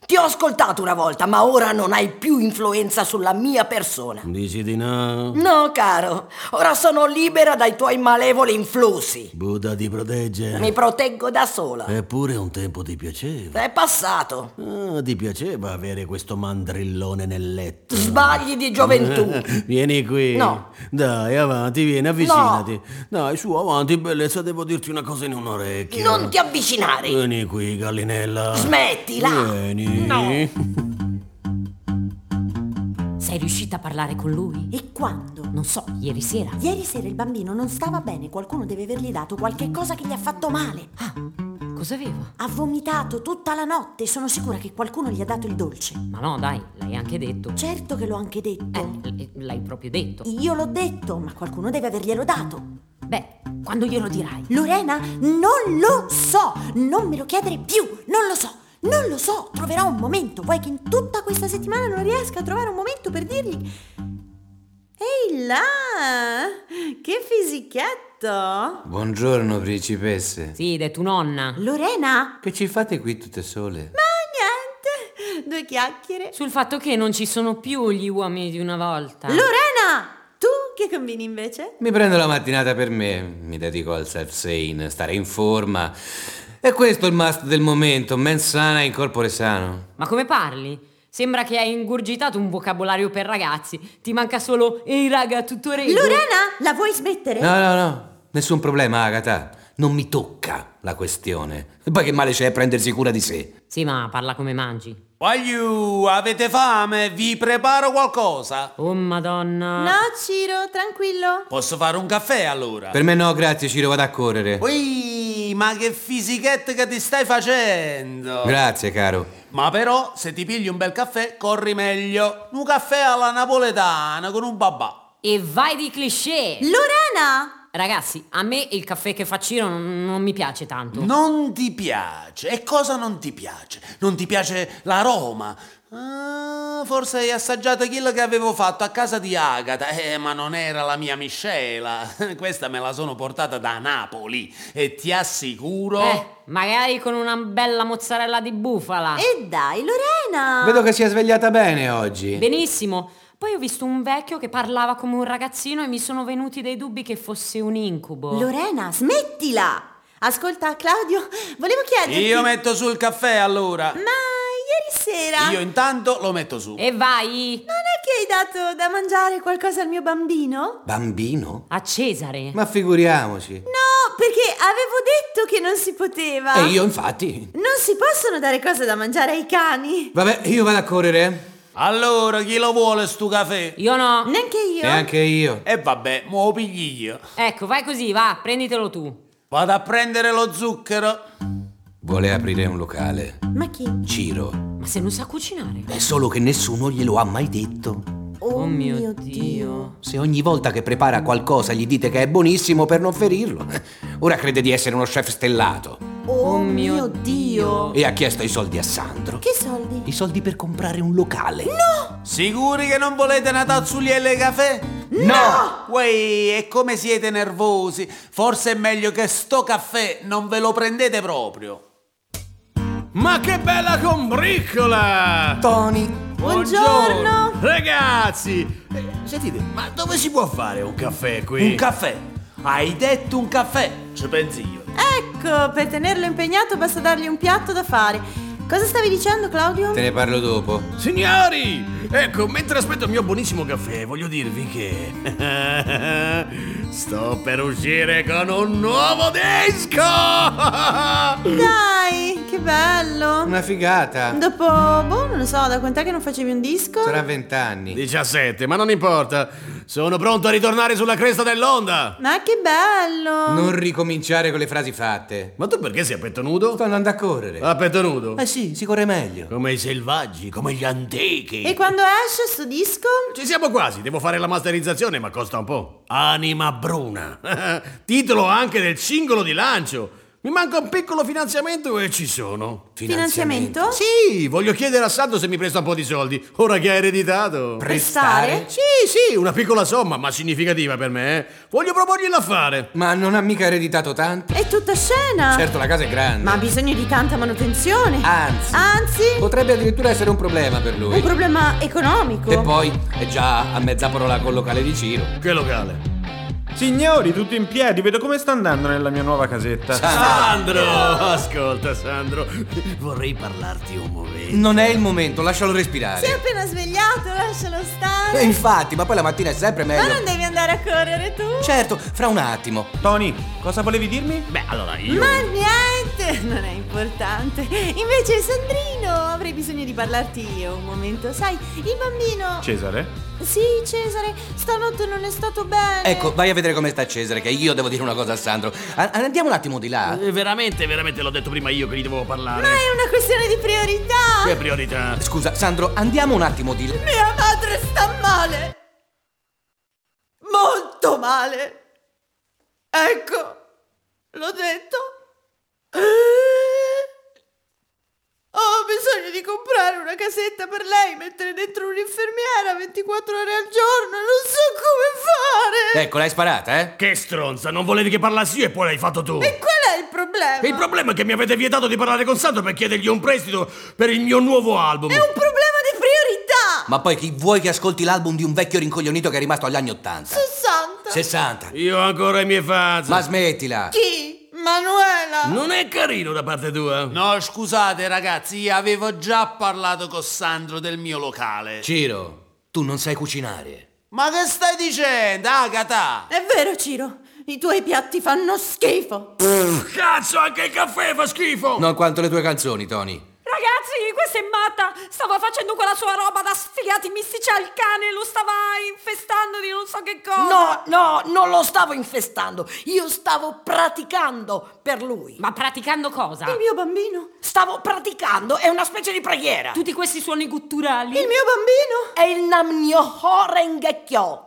Speaker 18: Ti ho ascoltato una volta, ma ora non hai più influenza sulla mia persona.
Speaker 7: Dici di no?
Speaker 18: No, caro, ora sono libera dai tuoi malevoli influssi.
Speaker 7: Buddha ti protegge.
Speaker 18: Mi proteggo da sola.
Speaker 7: Eppure un tempo ti piaceva.
Speaker 18: È passato.
Speaker 7: Ah, ti piaceva avere questo mandrillone nel letto.
Speaker 18: Sbagli di gioventù.
Speaker 7: vieni qui.
Speaker 18: No.
Speaker 7: Dai, avanti, vieni, avvicinati. Dai, su, avanti, bellezza, devo dirti una cosa in un orecchio.
Speaker 18: Non ti avvicinare.
Speaker 7: Vieni qui, gallinella.
Speaker 18: Smettila.
Speaker 7: Vieni. No.
Speaker 17: Sei riuscita a parlare con lui?
Speaker 16: E quando?
Speaker 17: Non so, ieri sera.
Speaker 16: Ieri sera il bambino non stava bene, qualcuno deve avergli dato qualche cosa che gli ha fatto male.
Speaker 17: Ah, cosa aveva?
Speaker 16: Ha vomitato tutta la notte, sono sicura che qualcuno gli ha dato il dolce.
Speaker 17: Ma no, dai, l'hai anche detto.
Speaker 16: Certo che l'ho anche detto.
Speaker 17: Eh, l- l'hai proprio detto.
Speaker 16: Io l'ho detto, ma qualcuno deve averglielo dato.
Speaker 17: Beh, quando glielo dirai?
Speaker 16: Lorena, non lo so, non me lo chiedere più, non lo so. Non lo so, troverò un momento. Vuoi che in tutta questa settimana non riesca a trovare un momento per dirgli... Ehi là! Che fisichetto!
Speaker 12: Buongiorno, principesse.
Speaker 17: Sì, ed è tu nonna.
Speaker 16: Lorena!
Speaker 12: Che ci fate qui tutte sole?
Speaker 16: Ma niente! Due chiacchiere.
Speaker 17: Sul fatto che non ci sono più gli uomini di una volta.
Speaker 16: Lorena! Tu che combini invece?
Speaker 12: Mi prendo la mattinata per me, mi dedico al self-sane, stare in forma. E questo è il must del momento, mens sana in corpore sano.
Speaker 17: Ma come parli? Sembra che hai ingurgitato un vocabolario per ragazzi. Ti manca solo Ehi raga, tutto rego.
Speaker 16: Lorena, la vuoi smettere?
Speaker 12: No, no, no, nessun problema, Agata. Non mi tocca la questione. E poi che male c'è a prendersi cura di sé?
Speaker 17: Sì, ma parla come mangi.
Speaker 15: Voglio, avete fame? Vi preparo qualcosa.
Speaker 17: Oh, madonna.
Speaker 16: No, Ciro, tranquillo.
Speaker 15: Posso fare un caffè allora?
Speaker 12: Per me no, grazie, Ciro, vado a correre.
Speaker 15: Ui, ma che fisichette che ti stai facendo!
Speaker 12: Grazie, caro.
Speaker 15: Ma però, se ti pigli un bel caffè, corri meglio. Un caffè alla napoletana con un babà.
Speaker 17: E vai di cliché.
Speaker 16: Lorena!
Speaker 17: Ragazzi, a me il caffè che fa Ciro non, non mi piace tanto.
Speaker 15: Non ti piace? E cosa non ti piace? Non ti piace l'aroma? Ah, forse hai assaggiato quello che avevo fatto a casa di Agata, eh, ma non era la mia miscela. Questa me la sono portata da Napoli e ti assicuro...
Speaker 17: Eh, magari con una bella mozzarella di bufala.
Speaker 16: E dai, Lorena!
Speaker 12: Vedo che si è svegliata bene oggi.
Speaker 17: Benissimo. Poi ho visto un vecchio che parlava come un ragazzino e mi sono venuti dei dubbi che fosse un incubo.
Speaker 16: Lorena, smettila! Ascolta, Claudio, volevo
Speaker 17: Eh.
Speaker 16: chiederti...
Speaker 15: Io metto sul caffè allora.
Speaker 16: Ma ieri sera...
Speaker 15: Io intanto lo metto su.
Speaker 17: E vai!
Speaker 16: Non è che hai dato da mangiare qualcosa al mio bambino?
Speaker 12: Bambino?
Speaker 17: A Cesare.
Speaker 12: Ma figuriamoci.
Speaker 16: No, perché avevo detto che non si poteva.
Speaker 12: E io infatti.
Speaker 16: Non si possono dare cose da mangiare ai cani.
Speaker 12: Vabbè, io vado a correre. eh.
Speaker 15: Allora, chi lo vuole sto caffè?
Speaker 17: Io no.
Speaker 16: Neanche io.
Speaker 12: Neanche io.
Speaker 15: E vabbè, mo lo pigli io.
Speaker 17: Ecco, vai così, va, prenditelo tu.
Speaker 15: Vado a prendere lo zucchero.
Speaker 12: Vuole aprire un locale.
Speaker 16: Ma chi?
Speaker 12: Ciro.
Speaker 17: Ma se non sa cucinare.
Speaker 12: È solo che nessuno glielo ha mai detto.
Speaker 17: Oh, oh mio, mio Dio. Dio.
Speaker 12: Se ogni volta che prepara qualcosa gli dite che è buonissimo per non ferirlo, eh, ora crede di essere uno chef stellato.
Speaker 16: Oh, oh mio Dio. Dio.
Speaker 12: E ha chiesto i soldi a Sandro.
Speaker 16: Che soldi?
Speaker 12: I soldi per comprare un locale.
Speaker 16: No!
Speaker 15: Sicuri che non volete una tazzuliella di caffè?
Speaker 16: No!
Speaker 15: Uè, e come siete nervosi? Forse è meglio che sto caffè non ve lo prendete proprio.
Speaker 7: Ma che bella combriccola!
Speaker 12: Tony.
Speaker 16: Buongiorno. Buongiorno.
Speaker 7: Ragazzi, sentite, ma dove si può fare un caffè qui?
Speaker 15: Un caffè? Hai detto un caffè? Ci pensi io.
Speaker 16: Ecco, per tenerlo impegnato basta dargli un piatto da fare. Cosa stavi dicendo, Claudio?
Speaker 12: Te ne parlo dopo.
Speaker 7: Signori! Ecco, mentre aspetto il mio buonissimo caffè, voglio dirvi che. sto per uscire con un nuovo disco!
Speaker 16: Dai, che bello!
Speaker 12: Una figata!
Speaker 16: Dopo, boh, non lo so, da quant'è che non facevi un disco?
Speaker 12: Sarà vent'anni.
Speaker 7: 17, ma non importa. Sono pronto a ritornare sulla cresta dell'onda!
Speaker 16: Ma che bello!
Speaker 12: Non ricominciare con le frasi fatte.
Speaker 7: Ma tu perché sei a petto nudo?
Speaker 12: Sto andando a correre.
Speaker 7: A petto nudo?
Speaker 12: Eh sì, si corre meglio.
Speaker 7: Come i selvaggi, come gli antichi.
Speaker 16: E quando esce sto disco?
Speaker 7: Ci siamo quasi, devo fare la masterizzazione, ma costa un po'. Anima Bruna. Titolo anche del singolo di lancio. Mi manca un piccolo finanziamento e ci sono.
Speaker 16: Finanziamento?
Speaker 7: Sì, voglio chiedere a Santo se mi presta un po' di soldi, ora che ha ereditato.
Speaker 16: Prestare?
Speaker 7: Sì, sì, una piccola somma, ma significativa per me. eh. Voglio proporgli l'affare.
Speaker 12: Ma non ha mica ereditato tanto?
Speaker 16: È tutta scena!
Speaker 12: Certo, la casa è grande.
Speaker 16: Ah. Ma ha bisogno di tanta manutenzione.
Speaker 12: Anzi.
Speaker 16: Anzi?
Speaker 12: Potrebbe addirittura essere un problema eh, per lui.
Speaker 16: Un problema economico.
Speaker 12: E poi è già a mezza parola col locale di Ciro.
Speaker 7: Che locale?
Speaker 13: Signori, tutti in piedi, vedo come sta andando nella mia nuova casetta.
Speaker 7: Sandro! Ascolta, Sandro, vorrei parlarti un momento.
Speaker 12: Non è il momento, lascialo respirare.
Speaker 16: Si è appena svegliato, lascialo stare.
Speaker 12: E infatti, ma poi la mattina è sempre meglio.
Speaker 16: Ma non devi andare a correre tu?
Speaker 12: Certo, fra un attimo.
Speaker 13: Tony, cosa volevi dirmi?
Speaker 7: Beh, allora io.
Speaker 16: Ma niente, non è importante. Invece, Sandrino, avrei bisogno di parlarti io un momento. Sai, il bambino.
Speaker 13: Cesare?
Speaker 16: Sì, Cesare, stanotte non è stato bene.
Speaker 12: Ecco, vai a vedere come sta Cesare, che io devo dire una cosa a Sandro. A- andiamo un attimo di là.
Speaker 7: Eh, veramente, veramente l'ho detto prima io che gli dovevo parlare.
Speaker 16: Ma è una questione di priorità.
Speaker 7: Che priorità?
Speaker 12: Scusa, Sandro, andiamo un attimo di là.
Speaker 16: Mia madre sta male. Molto male. Ecco, l'ho detto. Eh? Ho bisogno di comprare una casetta per lei, mettere dentro un'infermiera 24 ore al giorno, non so come fare.
Speaker 12: Ecco, l'hai sparata, eh?
Speaker 7: Che stronza, non volevi che parlassi io e poi l'hai fatto tu.
Speaker 16: E qual è il problema?
Speaker 7: Il problema è che mi avete vietato di parlare con Sandro per chiedergli un prestito per il mio nuovo album.
Speaker 12: Ecco.
Speaker 16: È un problema di priorità.
Speaker 12: Ma poi chi vuoi che ascolti l'album di un vecchio rincoglionito che è rimasto agli anni 80?
Speaker 16: 60.
Speaker 12: 60.
Speaker 7: Io ho ancora i miei fans.
Speaker 12: Ma smettila.
Speaker 16: Chi? Manuela!
Speaker 7: Non è carino da parte tua?
Speaker 15: No, scusate ragazzi, io avevo già parlato con Sandro del mio locale.
Speaker 12: Ciro, tu non sai cucinare.
Speaker 15: Ma che stai dicendo, Agata?
Speaker 16: È vero, Ciro. I tuoi piatti fanno schifo.
Speaker 7: Pff, cazzo, anche il caffè fa schifo!
Speaker 12: Non quanto le tue canzoni, Tony.
Speaker 16: Ragazzi!
Speaker 17: Ragazzi, questa è matta! Stava facendo quella sua roba da sfigati mistici al cane, lo stava infestando di non so che cosa!
Speaker 18: No, no, non lo stavo infestando, io stavo praticando per lui.
Speaker 17: Ma praticando cosa?
Speaker 18: Il mio bambino. Stavo praticando, è una specie di preghiera.
Speaker 17: Tutti questi suoni gutturali.
Speaker 18: Il mio bambino è il Namnyoho Rengekyo.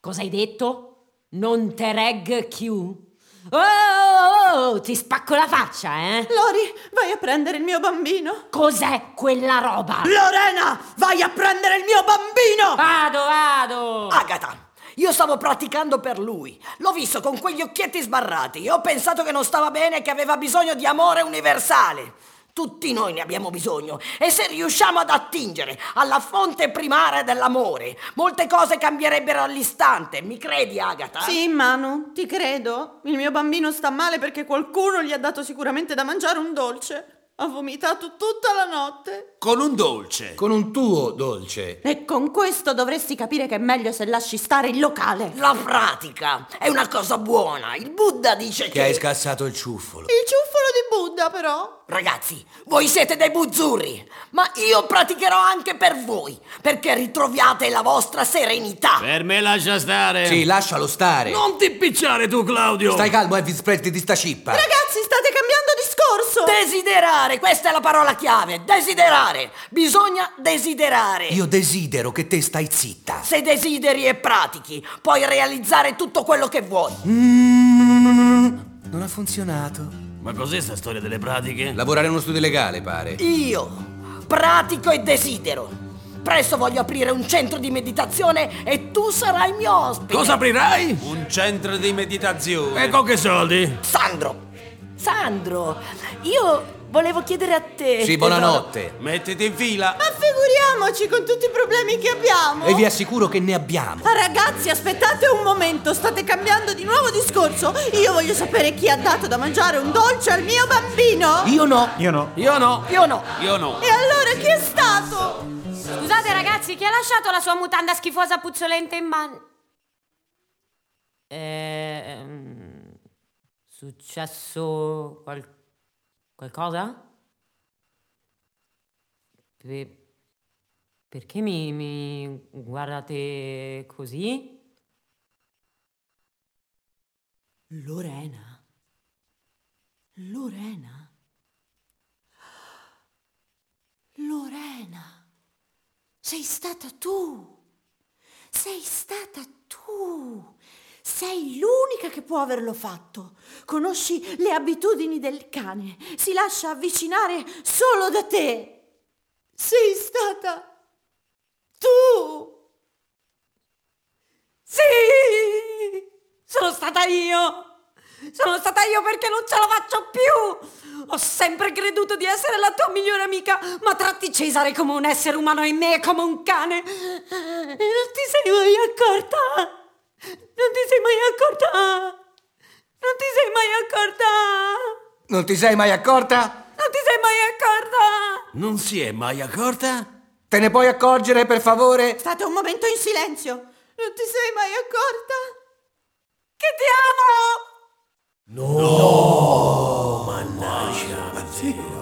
Speaker 17: Cosa hai detto? Non te reg chiù? Oh, oh, oh, ti spacco la faccia, eh!
Speaker 16: Lori, vai a prendere il mio bambino.
Speaker 17: Cos'è quella roba?
Speaker 18: Lorena, vai a prendere il mio bambino!
Speaker 17: Vado, vado!
Speaker 18: Agata, io stavo praticando per lui. L'ho visto con quegli occhietti sbarrati. Ho pensato che non stava bene e che aveva bisogno di amore universale. Tutti noi ne abbiamo bisogno e se riusciamo ad attingere alla fonte primaria dell'amore, molte cose cambierebbero all'istante. Mi credi, Agata?
Speaker 16: Sì, Manu, ti credo. Il mio bambino sta male perché qualcuno gli ha dato sicuramente da mangiare un dolce. Ha vomitato tutta la notte.
Speaker 12: Con un dolce. Con un tuo dolce.
Speaker 16: E con questo dovresti capire che è meglio se lasci stare il locale.
Speaker 18: La pratica è una cosa buona. Il Buddha dice che...
Speaker 12: Che hai scassato il ciuffolo.
Speaker 16: Il ciuffolo di Buddha, però.
Speaker 18: Ragazzi, voi siete dei buzzurri, ma io praticherò anche per voi, perché ritroviate la vostra serenità.
Speaker 7: Per me lascia stare.
Speaker 12: Sì, lascialo stare.
Speaker 7: Non ti picciare tu, Claudio.
Speaker 12: Stai calmo, Elvis eh, Presley di sta cippa.
Speaker 16: Ragazzi, state cambiando discorso.
Speaker 18: Desiderare questa è la parola chiave, desiderare. Bisogna desiderare.
Speaker 12: Io desidero che te stai zitta.
Speaker 18: Se desideri e pratichi, puoi realizzare tutto quello che vuoi.
Speaker 12: Mm, non ha funzionato.
Speaker 7: Ma cos'è sta storia delle pratiche?
Speaker 12: Lavorare in uno studio legale, pare.
Speaker 18: Io pratico e desidero. Presto voglio aprire un centro di meditazione e tu sarai mio ospite.
Speaker 7: Cosa aprirai?
Speaker 21: Un centro di meditazione.
Speaker 7: E
Speaker 12: Ecco
Speaker 7: con che soldi?
Speaker 18: Sandro. Sandro, io volevo chiedere a te.
Speaker 12: Sì, buonanotte.
Speaker 21: No. Mettiti in fila.
Speaker 16: Ma figuriamoci con tutti i problemi che abbiamo.
Speaker 12: E vi assicuro che ne abbiamo.
Speaker 16: Ah, ragazzi, aspettate un momento, state cambiando di nuovo discorso. Io voglio sapere chi ha dato da mangiare un dolce al mio bambino.
Speaker 12: Io no.
Speaker 20: Io no.
Speaker 7: Io no.
Speaker 18: Io no.
Speaker 7: Io no.
Speaker 16: E allora chi è stato?
Speaker 17: Scusate ragazzi, chi ha lasciato la sua mutanda schifosa puzzolente in mano? Ehm... Successo qualcosa? Qualcosa? Per- perché mi, mi guardate così? Lorena? Lorena?
Speaker 16: Lorena? Sei stata tu! Sei stata tu! Sei l'unica che può averlo fatto. Conosci le abitudini del cane. Si lascia avvicinare solo da te. Sei stata tu.
Speaker 17: Sì! Sono stata io! Sono stata io perché non ce la faccio più! Ho sempre creduto di essere la tua migliore amica, ma tratti Cesare come un essere umano e me come un cane. E non ti sei mai accorta? Non ti sei mai accorta? Non ti sei mai accorta?
Speaker 12: Non ti sei mai accorta?
Speaker 17: Non ti sei mai accorta?
Speaker 7: Non si è mai accorta?
Speaker 12: Te ne puoi accorgere, per favore?
Speaker 16: State un momento in silenzio. Non ti sei mai accorta?
Speaker 17: Che ti
Speaker 7: amo! No! no! Mannaggia, Dio!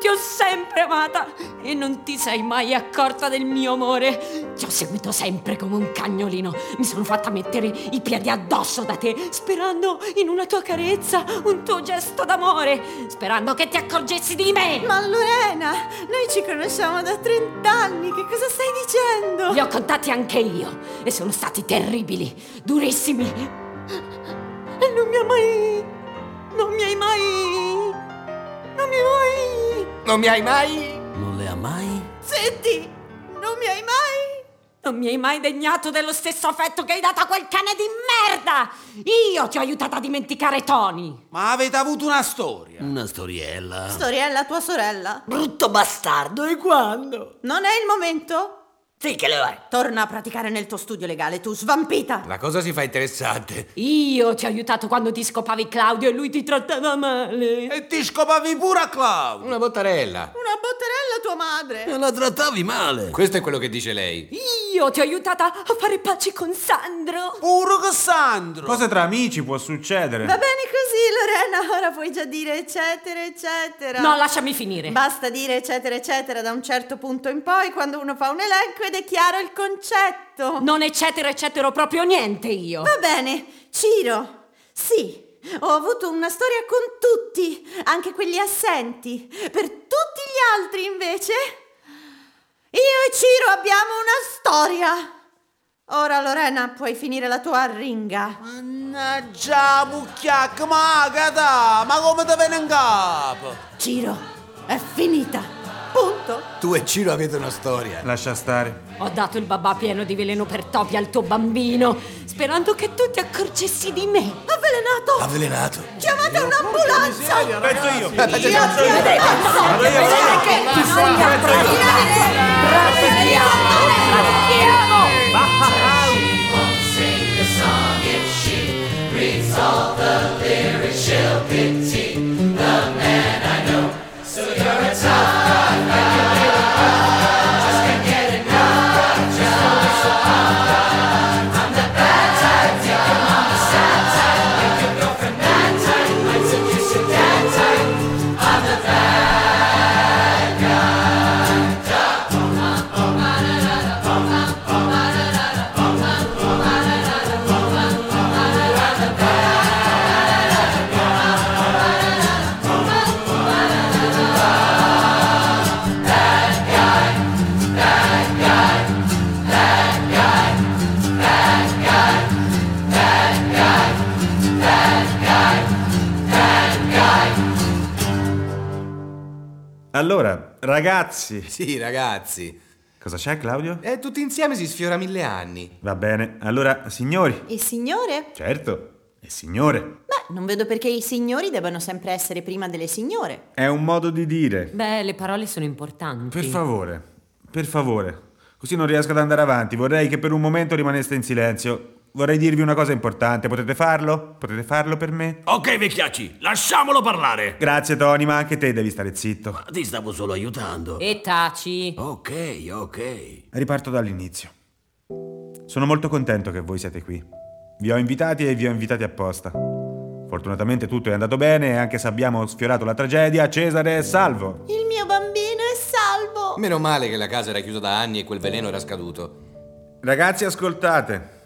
Speaker 17: Ti ho sempre amata e non ti sei mai accorta del mio amore. Ti ho seguito sempre come un cagnolino. Mi sono fatta mettere i piedi addosso da te, sperando in una tua carezza, un tuo gesto d'amore, sperando che ti accorgessi di me.
Speaker 16: Ma Lorena, noi ci conosciamo da 30 anni, che cosa stai dicendo?
Speaker 17: Li ho contati anche io e sono stati terribili, durissimi. E non mi hai mai... non mi hai mai... non mi hai mai...
Speaker 12: Non mi hai mai?
Speaker 7: Non le ha mai?
Speaker 16: Senti, non mi hai mai?
Speaker 17: Non mi hai mai degnato dello stesso affetto che hai dato a quel cane di merda! Io ti ho aiutata a dimenticare Tony!
Speaker 21: Ma avete avuto una storia?
Speaker 7: Una storiella.
Speaker 16: Storiella tua sorella?
Speaker 18: Brutto bastardo, e quando?
Speaker 16: Non è il momento?
Speaker 18: Sì che lo è.
Speaker 16: Torna a praticare nel tuo studio legale, tu svampita.
Speaker 12: La cosa si fa interessante.
Speaker 17: Io ti ho aiutato quando ti scopavi Claudio e lui ti trattava male.
Speaker 21: E ti scopavi pure a Claudio.
Speaker 12: Una bottarella.
Speaker 16: Una
Speaker 17: una botterella a tua madre!
Speaker 7: La trattavi male.
Speaker 12: Questo è quello che dice lei.
Speaker 17: Io ti ho aiutata a fare pace con Sandro!
Speaker 15: Puro Cassandro!
Speaker 13: Cose tra amici può succedere.
Speaker 17: Va
Speaker 16: bene così, Lorena, ora puoi già dire eccetera, eccetera.
Speaker 22: No, lasciami finire.
Speaker 16: Basta dire eccetera, eccetera da un certo punto in poi quando uno fa un elenco ed è chiaro il concetto.
Speaker 22: Non eccetera, eccetera, proprio niente io.
Speaker 16: Va bene, Ciro, sì. Ho avuto una storia con tutti, anche quelli assenti. Per tutti gli altri, invece, io e Ciro abbiamo una storia. Ora, Lorena, puoi finire la tua arringa.
Speaker 15: Mannaggia, mucchiacca, ma Agata, ma come te viene in capo?
Speaker 16: Ciro, è finita. Punto.
Speaker 12: Tu e Ciro avete una storia.
Speaker 13: Lascia stare.
Speaker 22: Ho dato il babà pieno di veleno per topi al tuo bambino, sperando che tu ti accorgessi di me.
Speaker 16: Avvelenato!
Speaker 12: Avvelenato.
Speaker 16: Chiamate un'ambulanza!
Speaker 13: Pezzo
Speaker 16: Io
Speaker 13: io.
Speaker 16: ti ho detto,
Speaker 13: Vado io.
Speaker 16: vedete che ti sei
Speaker 13: Allora, ragazzi.
Speaker 12: Sì, ragazzi.
Speaker 13: Cosa c'è, Claudio?
Speaker 12: E tutti insieme si sfiora mille anni.
Speaker 13: Va bene. Allora, signori.
Speaker 16: Il signore?
Speaker 13: Certo. E signore.
Speaker 16: Beh, non vedo perché i signori debbano sempre essere prima delle signore.
Speaker 13: È un modo di dire.
Speaker 17: Beh, le parole sono importanti.
Speaker 13: Per favore. Per favore. Così non riesco ad andare avanti. Vorrei che per un momento rimaneste in silenzio. Vorrei dirvi una cosa importante. Potete farlo? Potete farlo per me?
Speaker 7: Ok, vecchiacci, lasciamolo parlare.
Speaker 13: Grazie, Tony, ma anche te devi stare zitto.
Speaker 7: Ti stavo solo aiutando.
Speaker 17: E taci.
Speaker 7: Ok, ok.
Speaker 13: Riparto dall'inizio. Sono molto contento che voi siete qui. Vi ho invitati e vi ho invitati apposta. Fortunatamente tutto è andato bene e anche se abbiamo sfiorato la tragedia, Cesare è salvo.
Speaker 16: Il mio bambino è salvo.
Speaker 12: Meno male che la casa era chiusa da anni e quel veleno era scaduto.
Speaker 13: Ragazzi, ascoltate.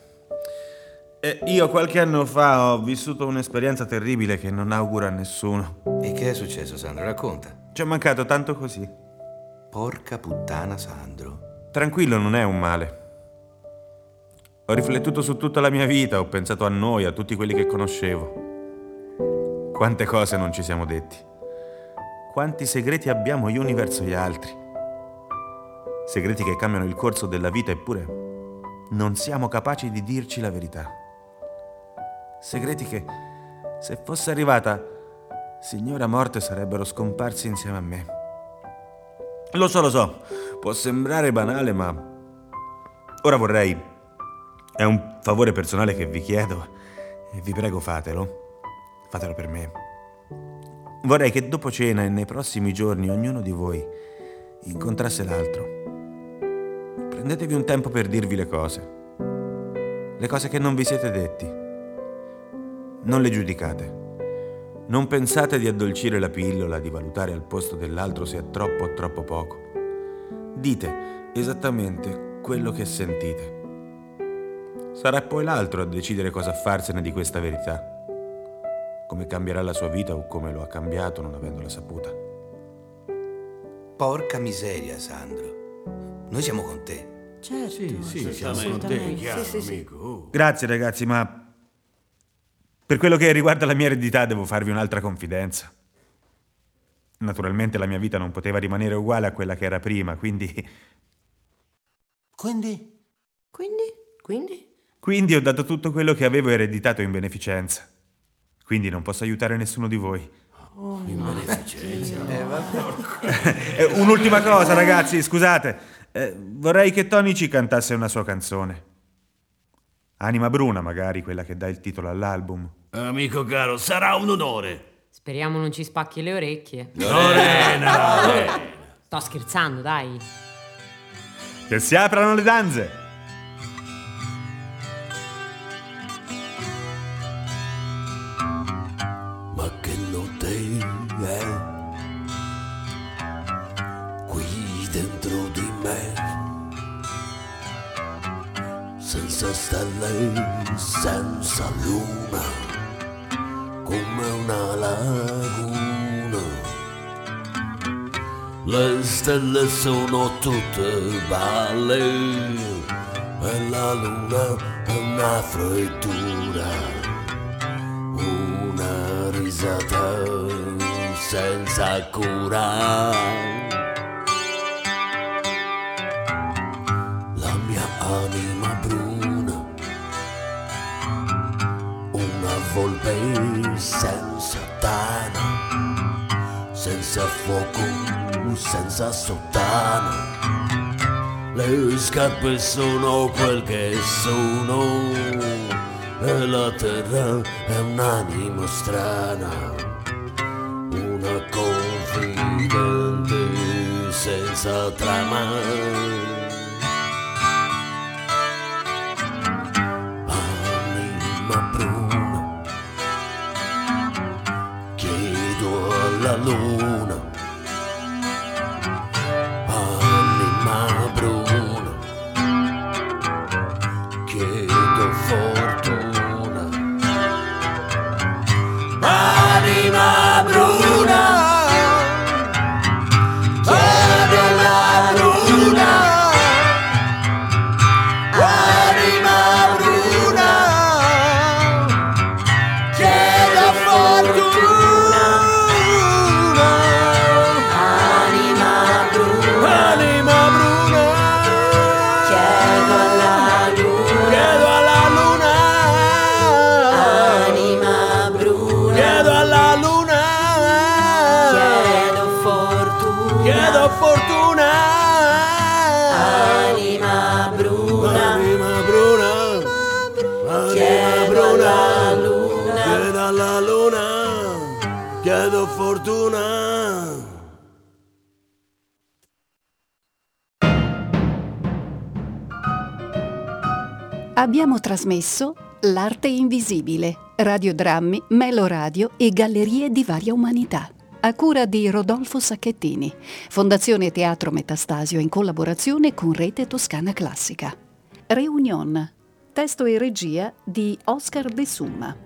Speaker 13: Eh, io qualche anno fa ho vissuto un'esperienza terribile che non auguro a nessuno.
Speaker 12: E che è successo, Sandro? Racconta.
Speaker 13: Ci è mancato tanto così.
Speaker 12: Porca puttana, Sandro.
Speaker 13: Tranquillo non è un male. Ho riflettuto su tutta la mia vita, ho pensato a noi, a tutti quelli che conoscevo. Quante cose non ci siamo detti. Quanti segreti abbiamo gli uni verso gli altri. Segreti che cambiano il corso della vita eppure non siamo capaci di dirci la verità. Segreti che, se fosse arrivata, signora morte sarebbero scomparsi insieme a me. Lo so, lo so, può sembrare banale, ma... Ora vorrei è un favore personale che vi chiedo e vi prego fatelo. Fatelo per me. Vorrei che dopo cena e nei prossimi giorni ognuno di voi incontrasse l'altro. Prendetevi un tempo per dirvi le cose. Le cose che non vi siete detti. Non le giudicate. Non pensate di addolcire la pillola, di valutare al posto dell'altro se è troppo o troppo poco. Dite esattamente quello che sentite. Sarà poi l'altro a decidere cosa farsene di questa verità, come cambierà la sua vita o come lo ha cambiato non avendola saputa.
Speaker 12: Porca miseria, Sandro. Noi siamo con te.
Speaker 16: Certo,
Speaker 7: sì, sì,
Speaker 16: sì,
Speaker 7: siamo con te, chiaro, amico. Oh.
Speaker 13: Grazie ragazzi, ma per quello che riguarda la mia eredità devo farvi un'altra confidenza. Naturalmente la mia vita non poteva rimanere uguale a quella che era prima, quindi...
Speaker 12: Quindi?
Speaker 16: Quindi? Quindi?
Speaker 13: Quindi ho dato tutto quello che avevo ereditato in beneficenza. Quindi non posso aiutare nessuno di voi.
Speaker 7: Oh, in beneficenza. Eh,
Speaker 13: Eh, Un'ultima cosa, ragazzi, scusate. Eh, vorrei che Tony ci cantasse una sua canzone. Anima Bruna, magari, quella che dà il titolo all'album.
Speaker 7: Amico caro, sarà un onore.
Speaker 17: Speriamo non ci spacchi le orecchie.
Speaker 7: Lorena!
Speaker 17: Sto scherzando, dai.
Speaker 13: Che si aprano le danze!
Speaker 21: Ma che notte è qui dentro di me, senza stelle, senza luna, come una laguna. Le stelle sono tutte belle e la luna è una freddura una risata senza cura. La mia anima bruna, una volpe senza tana, senza fuoco, senza sottana. Le scarpe sono quel che sono e la terra è un'anima strana, una confidente senza trama. Anima bruna, chiedo alla luna. Anima bruna, chiedo fortuna. Anima bruna, chiedo la luna. Anima bruna, chiedo fortuna. Anima bruna, anima bruna, chiedo la luna. Chiedo alla luna.
Speaker 20: Anima bruna.
Speaker 21: Chiedo alla luna.
Speaker 20: Chiedo fortuna.
Speaker 21: Chiedo fortuna.
Speaker 20: Anima bruna.
Speaker 21: Anima bruna. Anima bruna. Chiedo alla luna. Chiedo fortuna.
Speaker 1: Abbiamo trasmesso L'arte invisibile, radiodrammi, meloradio e gallerie di varia umanità. A cura di Rodolfo Sacchettini, Fondazione Teatro Metastasio in collaborazione con Rete Toscana Classica. Reunion, testo e regia di Oscar De Summa.